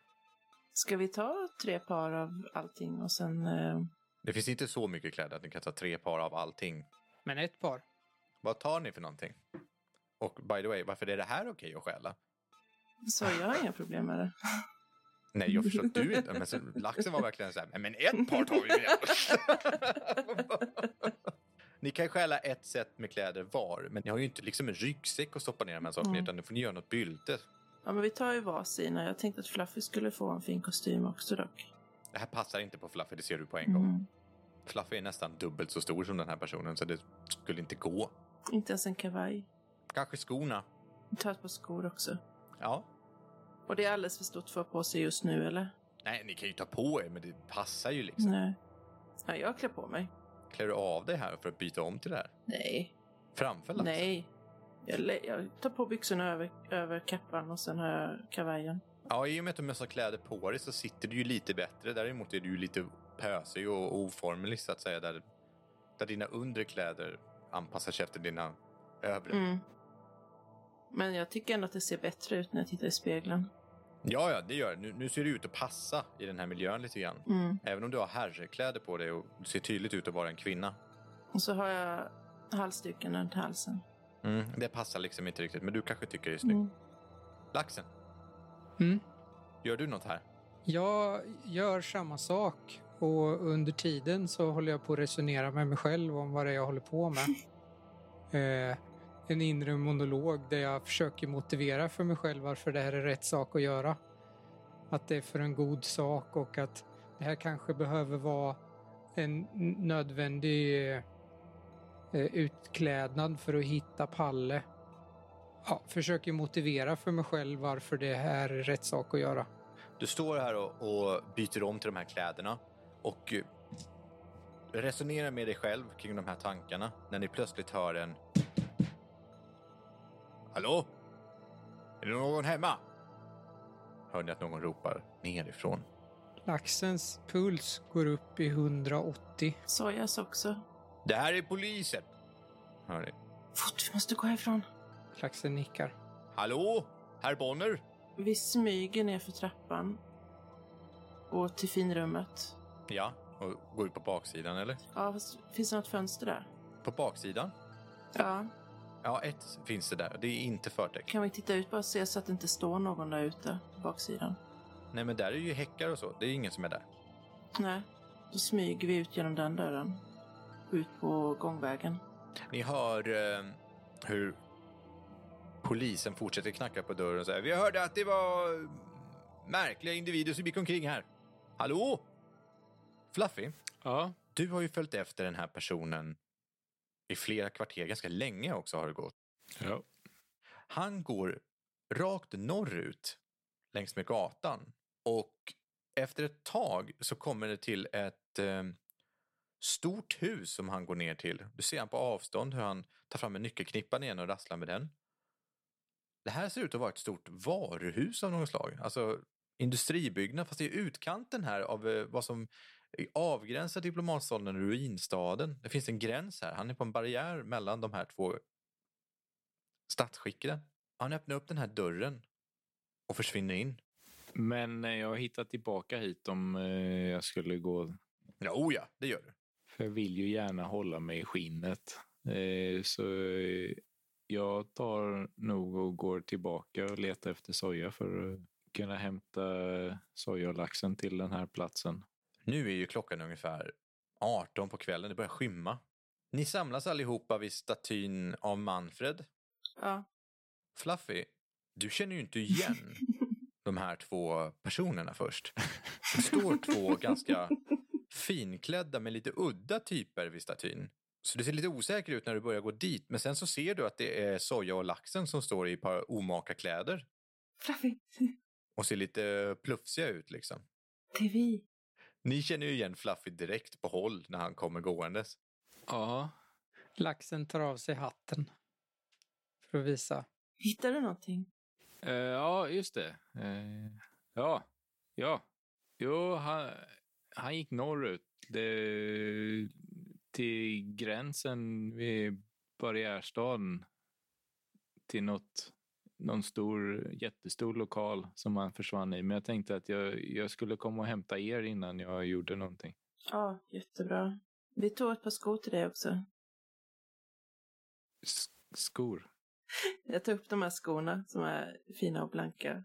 Ska vi ta tre par av allting och sen... Eh, Det finns inte så mycket kläder att ni kan ta tre par av allting. Men ett par. Vad tar ni för någonting? Och by the way, varför är det här okej att stjäla? så jag har inga problem med det. Nej, jag förstår att du inte. Men så, laxen var verkligen så här, men ett par tar vi väl. Ni kan stjäla ett set med kläder var, men ni har ju inte liksom en ryggsäck att stoppa ner de här sakerna Nej. utan nu får ni göra något bylte. Ja, men vi tar ju varsin. Jag tänkte att Fluffy skulle få en fin kostym också dock. Det här passar inte på Fluffy, det ser du på en gång. Mm. Fluffy är nästan dubbelt så stor som den här personen så det skulle inte gå. Inte ens en kavaj. Kanske skorna. Vi tar ett par skor också. Ja. Och det är alldeles för stort för att ha på sig just nu, eller? Nej, ni kan ju ta på er men det passar ju liksom. Nej. Ja, jag klär på mig. Klär du av dig här för att byta om till det här? Nej. Framför laxen? Nej. Jag, lä- jag tar på byxorna över, över kappan och sen har jag kavajen. Ja, i och med att du har massa kläder på dig så sitter du ju lite bättre. Däremot är du ju lite pösig och oformlig så att säga. Där, där dina undre kläder anpassar sig efter dina övre. Mm. Men jag tycker ändå att det ser bättre ut när jag tittar i spegeln. Ja, ja, det gör det. Nu, nu ser du ut att passa i den här miljön lite grann. Mm. Även om du har herrekläder på dig och du ser tydligt ut att vara en kvinna. Och så har jag halsduken runt halsen. Mm, det passar liksom inte riktigt, men du kanske tycker det är snyggt. Mm. Laxen, Mm. gör du något här? Jag gör samma sak och under tiden så håller jag på att resonera med mig själv om vad det är jag håller på med. eh, en inre monolog där jag försöker motivera för mig själv varför det här är rätt sak att göra. Att det är för en god sak och att det här kanske behöver vara en n- nödvändig eh, eh, utklädnad för att hitta Palle. Ja, försöker motivera för mig själv varför det här är rätt sak att göra. Du står här och, och byter om till de här kläderna och eh, resonerar med dig själv kring de här tankarna när ni plötsligt hör en... Hallå? Är det någon hemma? Hör ni att någon ropar nerifrån. Laxens puls går upp i 180. Sojas också. Det här är polisen! Hör ni. Fort, vi måste gå härifrån. Laxen nickar. Hallå? Herr Bonner? Vi smyger ner för trappan. Och till finrummet. Ja, och går ut på baksidan eller? Ja, fast finns det något fönster där? På baksidan? Ja. Ja, ett finns det där. Det är inte förtäckt. Kan vi titta ut bara och se så att det inte står någon där ute på baksidan? Nej, men där är ju häckar och så. Det är ingen som är där. Nej. Då smyger vi ut genom den dörren. Ut på gångvägen. Ni hör eh, hur polisen fortsätter knacka på dörren och säger Vi hörde att det var mm, märkliga individer som gick omkring här. Hallå? Fluffy, Ja, du har ju följt efter den här personen i flera kvarter, ganska länge också har det gått. ja. Han går rakt norrut längs med gatan och efter ett tag så kommer det till ett eh, stort hus som han går ner till. Du ser han på avstånd hur han tar fram en nyckelknippa igen och rasslar med den. Det här ser ut att vara ett stort varuhus av något slag, alltså industribyggnad fast i utkanten här av eh, vad som avgränsar diplomatstaden och ruinstaden. Det finns en gräns här, han är på en barriär mellan de här två stadsskicket. Han öppnar upp den här dörren och försvinner in. Men eh, jag hittar tillbaka hit om eh, jag skulle gå. Ja, oh ja, det gör du. För jag vill ju gärna hålla mig i skinnet. Eh, Så eh, Jag tar nog och går tillbaka och letar efter soja för att kunna hämta sojalaxen till den här platsen. Nu är ju klockan ungefär 18 på kvällen, det börjar skymma. Ni samlas allihopa vid statyn av Manfred. Ja. Fluffy, du känner ju inte igen de här två personerna först. Det står två ganska finklädda men lite udda typer vid statyn. Så du ser lite osäker ut när du börjar gå dit men sen så ser du att det är Soja och Laxen som står i ett par omaka kläder Fluffy, och ser lite eh, plufsiga ut liksom. det är vi. Ni känner ju igen Fluffy direkt på håll när han kommer gåendes. Ja, Laxen tar av sig hatten. För att visa. Hittar du någonting? Eh, ja, just det. Eh, ja, ja. Jo, han, han gick norrut. Det, till gränsen vid barriärstaden. Till något, någon stor, jättestor lokal som han försvann i. Men jag tänkte att jag, jag skulle komma och hämta er innan jag gjorde någonting. Ja, jättebra. Vi tog ett par skor till dig också. S- skor. Jag tar upp de här skorna som är fina och blanka.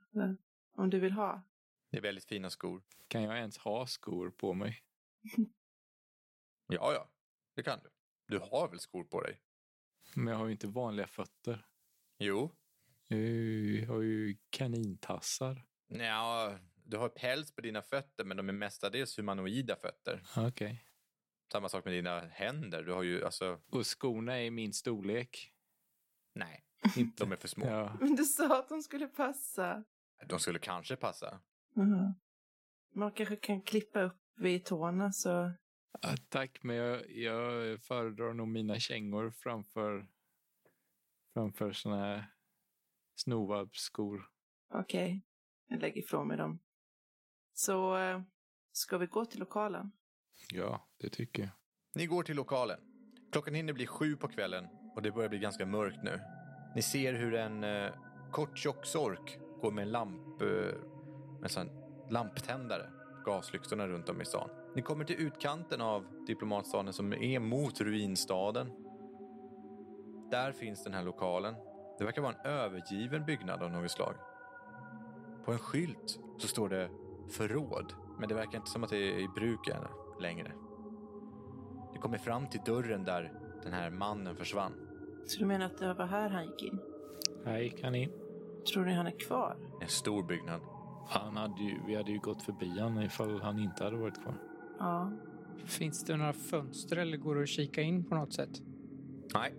Om du vill ha. Det är väldigt fina skor. Kan jag ens ha skor på mig? Ja, ja, det kan du. Du har väl skor på dig? Men jag har ju inte vanliga fötter. Jo. Jag har ju- jag har ju kanintassar. Ja, du har päls på dina fötter men de är mestadels humanoida fötter. Okej. Samma sak med dina händer. Du har ju alltså, Och skorna är min storlek. nej, Inte. de är för små. Ja. Men du sa att de skulle passa. De skulle kanske passa. Jaha. Man kanske kan klippa upp vid tårna så... Ja, tack, men jag, jag föredrar nog mina kängor framför, framför såna här snovabbskor. Okej, jag lägger ifrån mig dem. Så eh, ska vi gå till lokalen? Ja, det tycker jag. Ni går till lokalen. Klockan hinner bli sju på kvällen och det börjar bli ganska mörkt nu. Ni ser hur en eh, kort tjock sork går med en lamp, eh, en sån lamptändare, gaslyktorna runt om i stan. Ni kommer till utkanten av diplomatstaden som är mot ruinstaden. Där finns den här lokalen. Det verkar vara en övergiven byggnad av något slag. På en skylt så står det förråd, men det verkar inte som att det är i bruk än- längre. Ni kommer fram till dörren där den här mannen försvann. Så du menar att det var här han gick in? Här gick han in. Tror ni han är kvar? En stor byggnad. Han hade ju, vi hade ju gått förbi han ifall han inte hade varit kvar. Ja. Finns det några fönster eller går det att kika in på något sätt? Nej,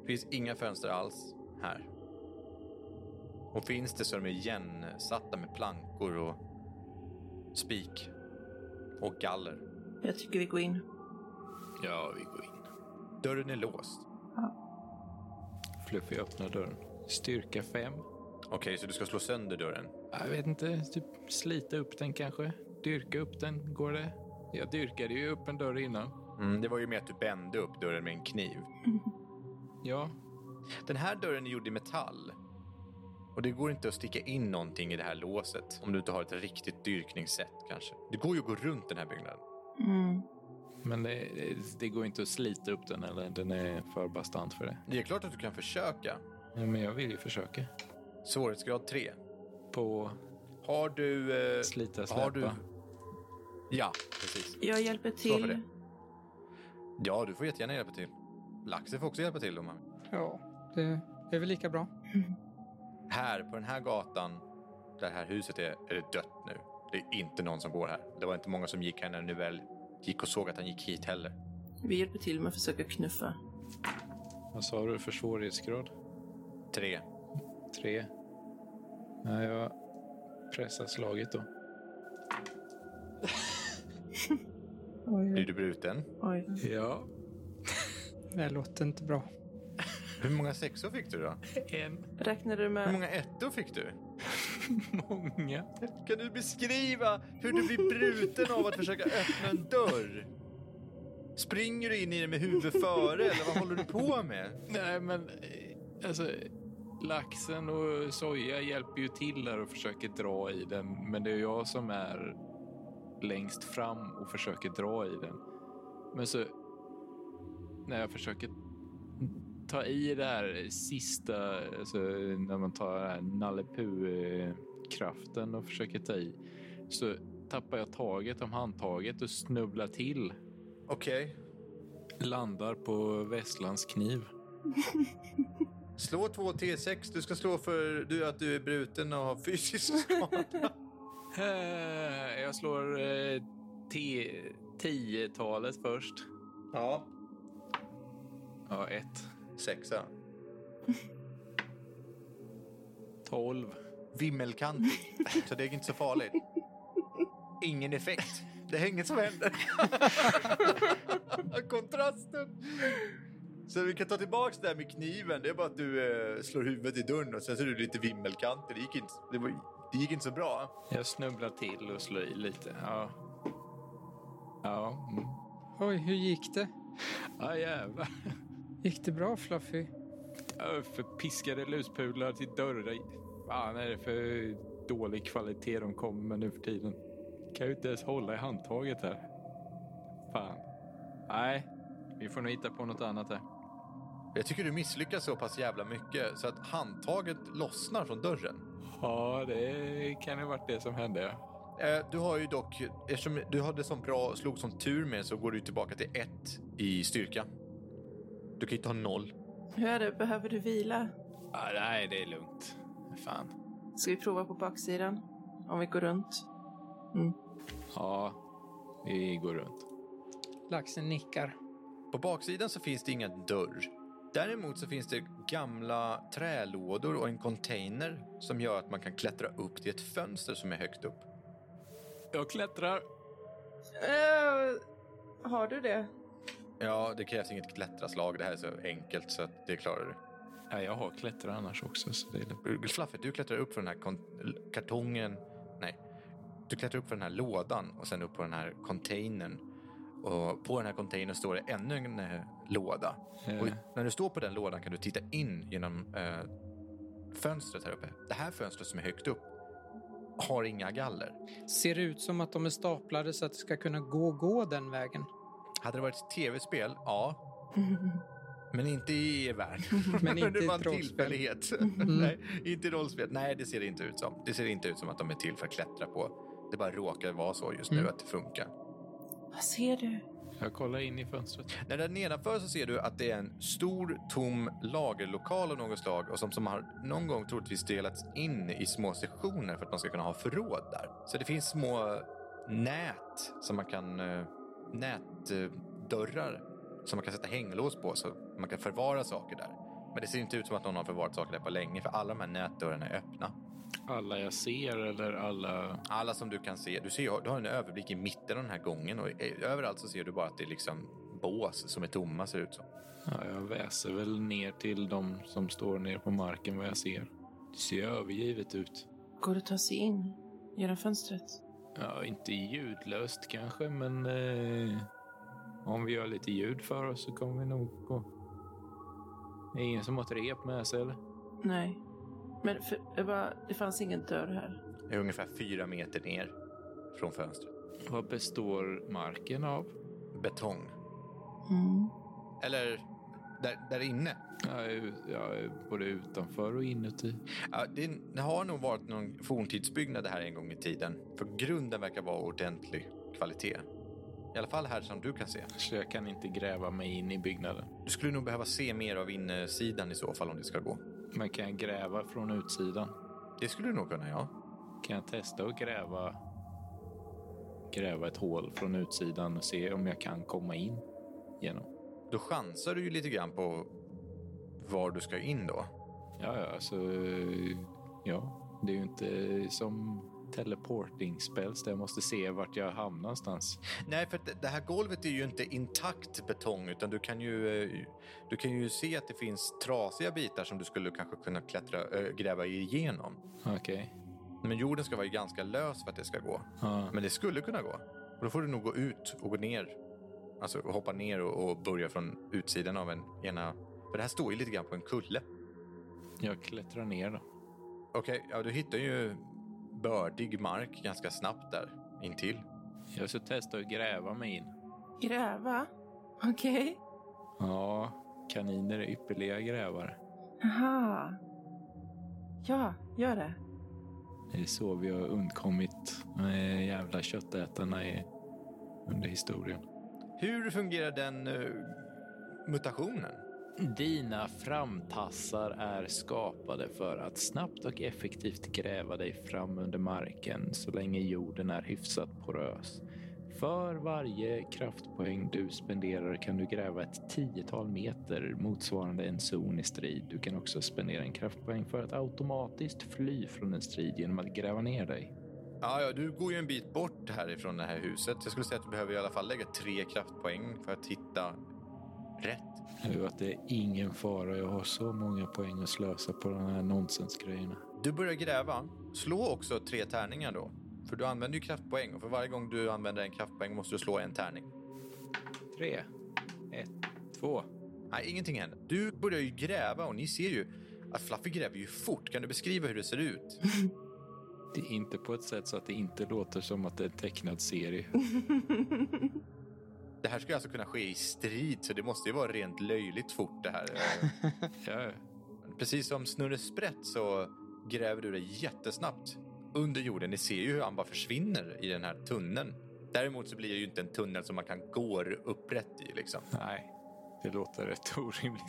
det finns inga fönster alls här. Och finns det så är de igensatta med plankor och spik och galler. Jag tycker vi går in. Ja, vi går in. Dörren är låst. Fluffy öppnar dörren. Styrka fem. Okej, så du ska slå sönder dörren? Jag vet inte, typ slita upp den kanske. Dyrka upp den, går det? Jag dyrkade ju upp en dörr innan. Mm, det var ju med att du bände upp dörren med en kniv. Ja, Den här dörren är gjord i metall. Och det går inte att sticka in någonting i det här låset om du inte har ett riktigt dyrkningssätt kanske. Det går ju att gå runt den här byggnaden. Mm. Men det, det- det går inte att slita upp den eller den är för bastant för det. Det är klart att du kan försöka. Ja, Men jag vill ju försöka. Svårighetsgrad 3. På Har du... Eh, slita släpa. har du... Ja, precis. Jag hjälper Slå för till. det. Ja, du får jättegärna hjälpa till. Laxen får också hjälpa till om han vill. Ja, det är väl lika bra. Här, på den här gatan, där det här huset är, är det dött nu. Det är inte någon som går här. Det var inte många som gick här när ni väl gick och såg att han gick hit heller. Vi hjälper till med att försöka knuffa. Vad sa du för svårighetsgrad? Tre. Tre? Nej, jag pressar slaget då. Blir Oj, du bruten? oj. Ja. Det här låter inte bra. Hur många sexor fick du då? En. Räknar du Hur med... många ettor fick du? Många. Kan du beskriva hur du blir bruten av att försöka öppna en dörr? Springer du in i den med huvudet före eller vad håller du på med? Nej, men eh, alltså. Laxen och soja hjälper ju till där och försöker dra i den. Men det är jag som är längst fram och försöker dra i den. Men så när jag försöker ta i det här sista, alltså, när man tar den här Nalle Puh, eh, kraften och försöker ta i, så tappar jag taget om handtaget och snubblar till. Okej. Landar på vesslans kniv. Slå 2 T6. Du ska slå för du, att du är bruten och har fysisk skada. Eh, Jag slår eh, te- 10-talet först. ja. Ja, ett. Sexa. 12. Vimmelkantig. Så det är inte så farligt. Ingen effekt. Det är inget som händer. Kontrasten. Så vi kan ta tillbaks det här med kniven. Det är bara att du eh, slår huvudet i dörren och sen så är du lite vimmelkantig. Det gick inte, det var, det gick inte så bra. Jag snubblar till och slår i lite. Ja. Ja. Mm. Oj, hur gick det? Ah, jävlar. Gick det bra Fluffy? Jag är Förpiskade luspudlar till dörrar. Fan är det för dålig kvalitet de kommer med nu för tiden. Kan ju inte ens hålla i handtaget här. Fan. Nej, vi får nog hitta på något annat här. Jag tycker du misslyckas så pass jävla mycket så att handtaget lossnar från dörren. Ja, det kan ju ha varit det som hände. ja. Eh, Du har ju dock, eftersom du hade sån bra, slog sån tur med så går du tillbaka till ett i styrka. Du kan ju inte ha noll. Hur är det? Behöver du vila? Ah, nej, det är lugnt. Fan. Ska vi prova på baksidan? Om vi går runt. Ja, vi går runt. Laxen nickar. På baksidan så finns det inga dörr. Däremot så finns det gamla trälådor och en container som gör att man kan klättra upp till ett fönster som är högt upp. Jag klättrar. Eh, har du det? Ja, det krävs inget klättraslag. Det här är så enkelt så att det klarar du. Ja, jag har klättrat annars också, så det är lugnt. Fluffy, du klättrar upp för den här kon- kartongen. Nej, du klättrar upp för den här lådan och sen upp på den här containern. Och på den här containern står det ännu en eh, låda. Och Eh, när du står på den lådan kan du titta in genom eh, fönstret här uppe. Det här fönstret som är högt upp har inga galler. Ser det ut som att de är staplade så att det ska kunna gå, gå den vägen? Hade det varit ett tv-spel? Ja. Men inte i er värld. Men inte det i var ett en rollspel. Mm. tillfällighet. Nej, inte i rollspel. Nej, det ser det inte ut som. Det ser inte ut som att de är till för att klättra på. Det bara råkar vara så just nu Mm. att det funkar. Vad ser du? jag kollar in i fönstret. När där nedanför så ser du att det är en stor tom lagerlokal av något slag och som, som har någon gång troligtvis delats in i små sektioner för att man ska kunna ha förråd där. Så det finns små nät som man kan... eh, Nätdörrar som man kan sätta hänglås på så man kan förvara saker där. Men det ser inte ut som att någon har förvarat saker där på länge för alla de här nätdörrarna är öppna. Alla jag ser eller alla... Alla som du kan se. Du, ser, ju- du har en överblick i mitten av den här gången och eh, överallt så ser du bara att det är liksom bås som är tomma ser det ut som. Ja, jag väser väl ner till de som står ner på marken vad jag ser. Det ser övergivet ut. Går det att ta sig in genom fönstret? Ja, inte ljudlöst kanske, men eh, om vi gör lite ljud för oss så kommer vi nog gå. Det är ingen som har ett rep med sig, eller? Nej. Men för, det, var, det fanns ingen dörr här. Det är ungefär fyra meter ner från fönstret. Vad består marken av? Betong. Mm. Eller där, där inne. Ja, u- ja, både utanför och inuti. Ja, det, det har nog varit någon forntidsbyggnad det här en gång i tiden. För grunden verkar vara ordentlig kvalitet. I alla fall här som du kan se. Så jag kan inte gräva mig in i byggnaden. Du skulle nog behöva se mer av insidan i så fall om det ska gå. Men kan jag gräva från utsidan? Det skulle du nog kunna, ja. Kan jag testa att gräva, gräva ett hål från utsidan och se om jag kan komma in genom? Då chansar du ju lite grann på var du ska in då. Ja, ja, alltså, ja. Det är ju inte som teleporting spells där jag måste se vart jag hamnar någonstans. Nej, för att det här golvet är ju inte intakt betong utan du kan ju, eh, du kan ju se att det finns trasiga bitar som du skulle kanske kunna klättra, äh, gräva igenom. Okej. Men jorden ska vara ganska lös för att det ska gå. Ja. Men det skulle kunna gå. Och då får du nog gå ut och gå ner. Alltså och hoppa ner och, och börja från utsidan av en ena... För det här står ju lite grann på en kulle. Jag klättrar ner då. Okej, ja du hittar ju bördig mark ganska snabbt där intill. Jag ska testa att gräva mig in. Gräva? Okej. Ja, Kaniner är ypperliga grävare. Aha. Ja, gör det. Det är så vi har undkommit de jävla köttätarna i, under historien. Hur fungerar den eh, mutationen? Dina framtassar är skapade för att snabbt och effektivt gräva dig fram under marken så länge jorden är hyfsat porös. För varje kraftpoäng du spenderar kan du gräva ett tiotal meter motsvarande en zon i strid. Du kan också spendera en kraftpoäng för att automatiskt fly från en strid genom att gräva ner dig. Ja, ja, du går ju en bit bort härifrån det här huset. Jag skulle säga att du behöver i alla fall lägga tre kraftpoäng för att hitta rätt. Nu att det är ingen fara, jag har så många poäng att slösa på de här nonsensgrejerna. Du börjar gräva. Slå också tre tärningar då. För du använder ju kraftpoäng och för varje gång du använder en kraftpoäng måste du slå en tärning. Tre, ett, två. Nej, ingenting händer. Du börjar ju gräva och ni ser ju att Fluffy gräver ju fort. Kan du beskriva hur det ser ut? Det är inte på ett sätt så att det inte låter som att det är en tecknad serie. Det här skulle alltså kunna ske i strid så det måste ju vara rent löjligt fort det här. Ja, Precis som Snurre Sprätt så gräver du dig jättesnabbt under jorden. Ni ser ju hur han bara försvinner i den här tunneln. Däremot så blir det ju inte en tunnel som man kan gå upprätt i. Liksom. nej, det låter rätt orimligt.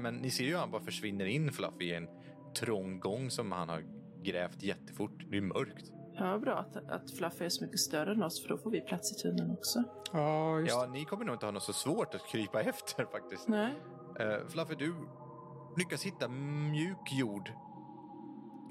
Men ni ser ju hur han bara försvinner in Fluffy i en trång gång som han har grävt jättefort. Det är mörkt. Ja, bra att, att Fluffy är så mycket större än oss för då får vi plats i tunneln också. Ja, just Ja, ni kommer nog inte ha något så svårt att krypa efter faktiskt. Nej. Eh, Fluffy, du lyckas hitta mjuk jord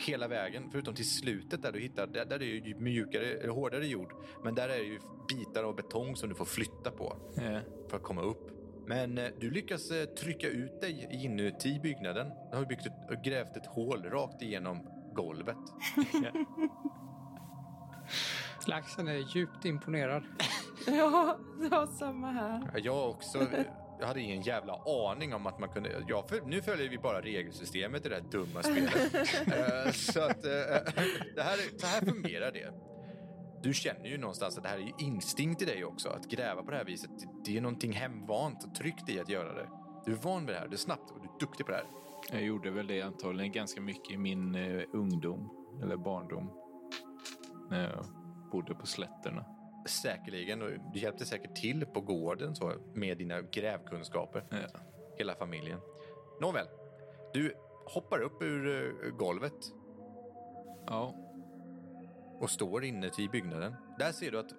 hela vägen, förutom till slutet där du hittar, där, där är det ju mjukare, eller hårdare jord. Men där är det ju bitar av betong som du får flytta på Ja. för att komma upp. Men eh, du lyckas eh, trycka ut dig inuti byggnaden. Du har ju byggt ett, grävt ett hål rakt igenom golvet. det. Laxen är djupt imponerad. Ja, ja, samma här. Jag också. eh, Jag hade ingen jävla aning om att man kunde... Ja, för, nu följer vi bara regelsystemet i det här dumma spelet. Eh, så att, eh, det här, så här fungerar det. Du känner ju någonstans att det här är ju instinkt i dig också. Att gräva på det här viset, det- det är någonting hemvant och tryggt i att göra det. Du är van vid det här, du är snabbt och du är duktig på det här. Jag gjorde väl det antagligen ganska mycket i min eh, ungdom, eller barndom. När jag bodde på slätterna. Säkerligen, och du hjälpte säkert till på gården så, med dina grävkunskaper. Ja. hela familjen. Nåväl, du hoppar upp ur eh, golvet ja, och står inuti byggnaden. Där ser du att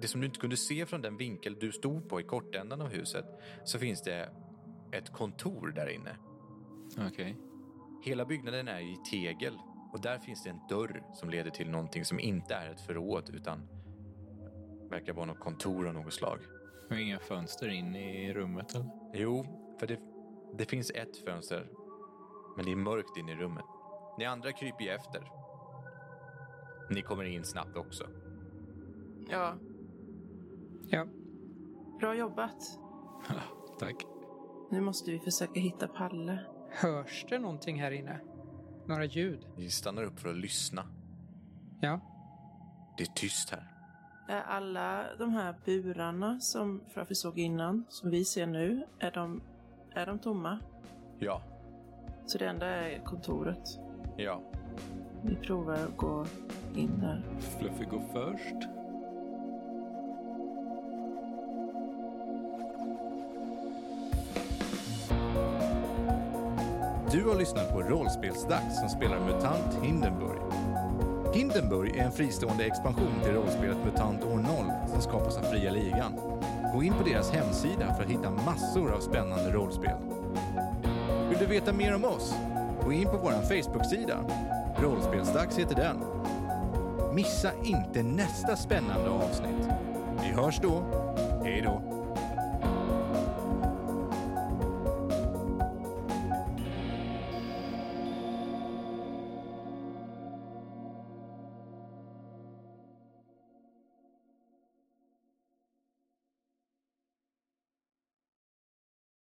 det som du inte kunde se från den vinkel du stod på i kortändan av huset så finns det ett kontor där inne. okej. Hela byggnaden är i tegel och där finns det en dörr som leder till någonting som inte är ett förråd utan verkar vara något kontor av något slag. Och inga fönster in i rummet eller? Jo, för det, det finns ett fönster. Men det är mörkt inne i rummet. Ni andra kryper ju efter. Ni kommer in snabbt också. Ja, Ja, bra jobbat. Tack. Nu måste vi försöka hitta Palle. hörs det någonting här inne? Några ljud? Ni stannar upp för att lyssna. Ja. Det är tyst här. Är alla de här burarna som Fluffy såg innan, som vi ser nu, är de, är de tomma? Ja, Så det enda är kontoret. ja. Vi provar att gå in där. Fluffy går först. Du har lyssnat på Rollspelsdags som spelar MUTANT Hindenburg. Hindenburg är en fristående expansion till rollspelet MUTANT år 0 som skapas av Fria Ligan. Gå in på deras hemsida för att hitta massor av spännande rollspel. Vill du veta mer om oss? Gå in på vår Facebook-sida. Rollspelsdags heter den. Missa inte nästa spännande avsnitt. Vi hörs då. Hej då!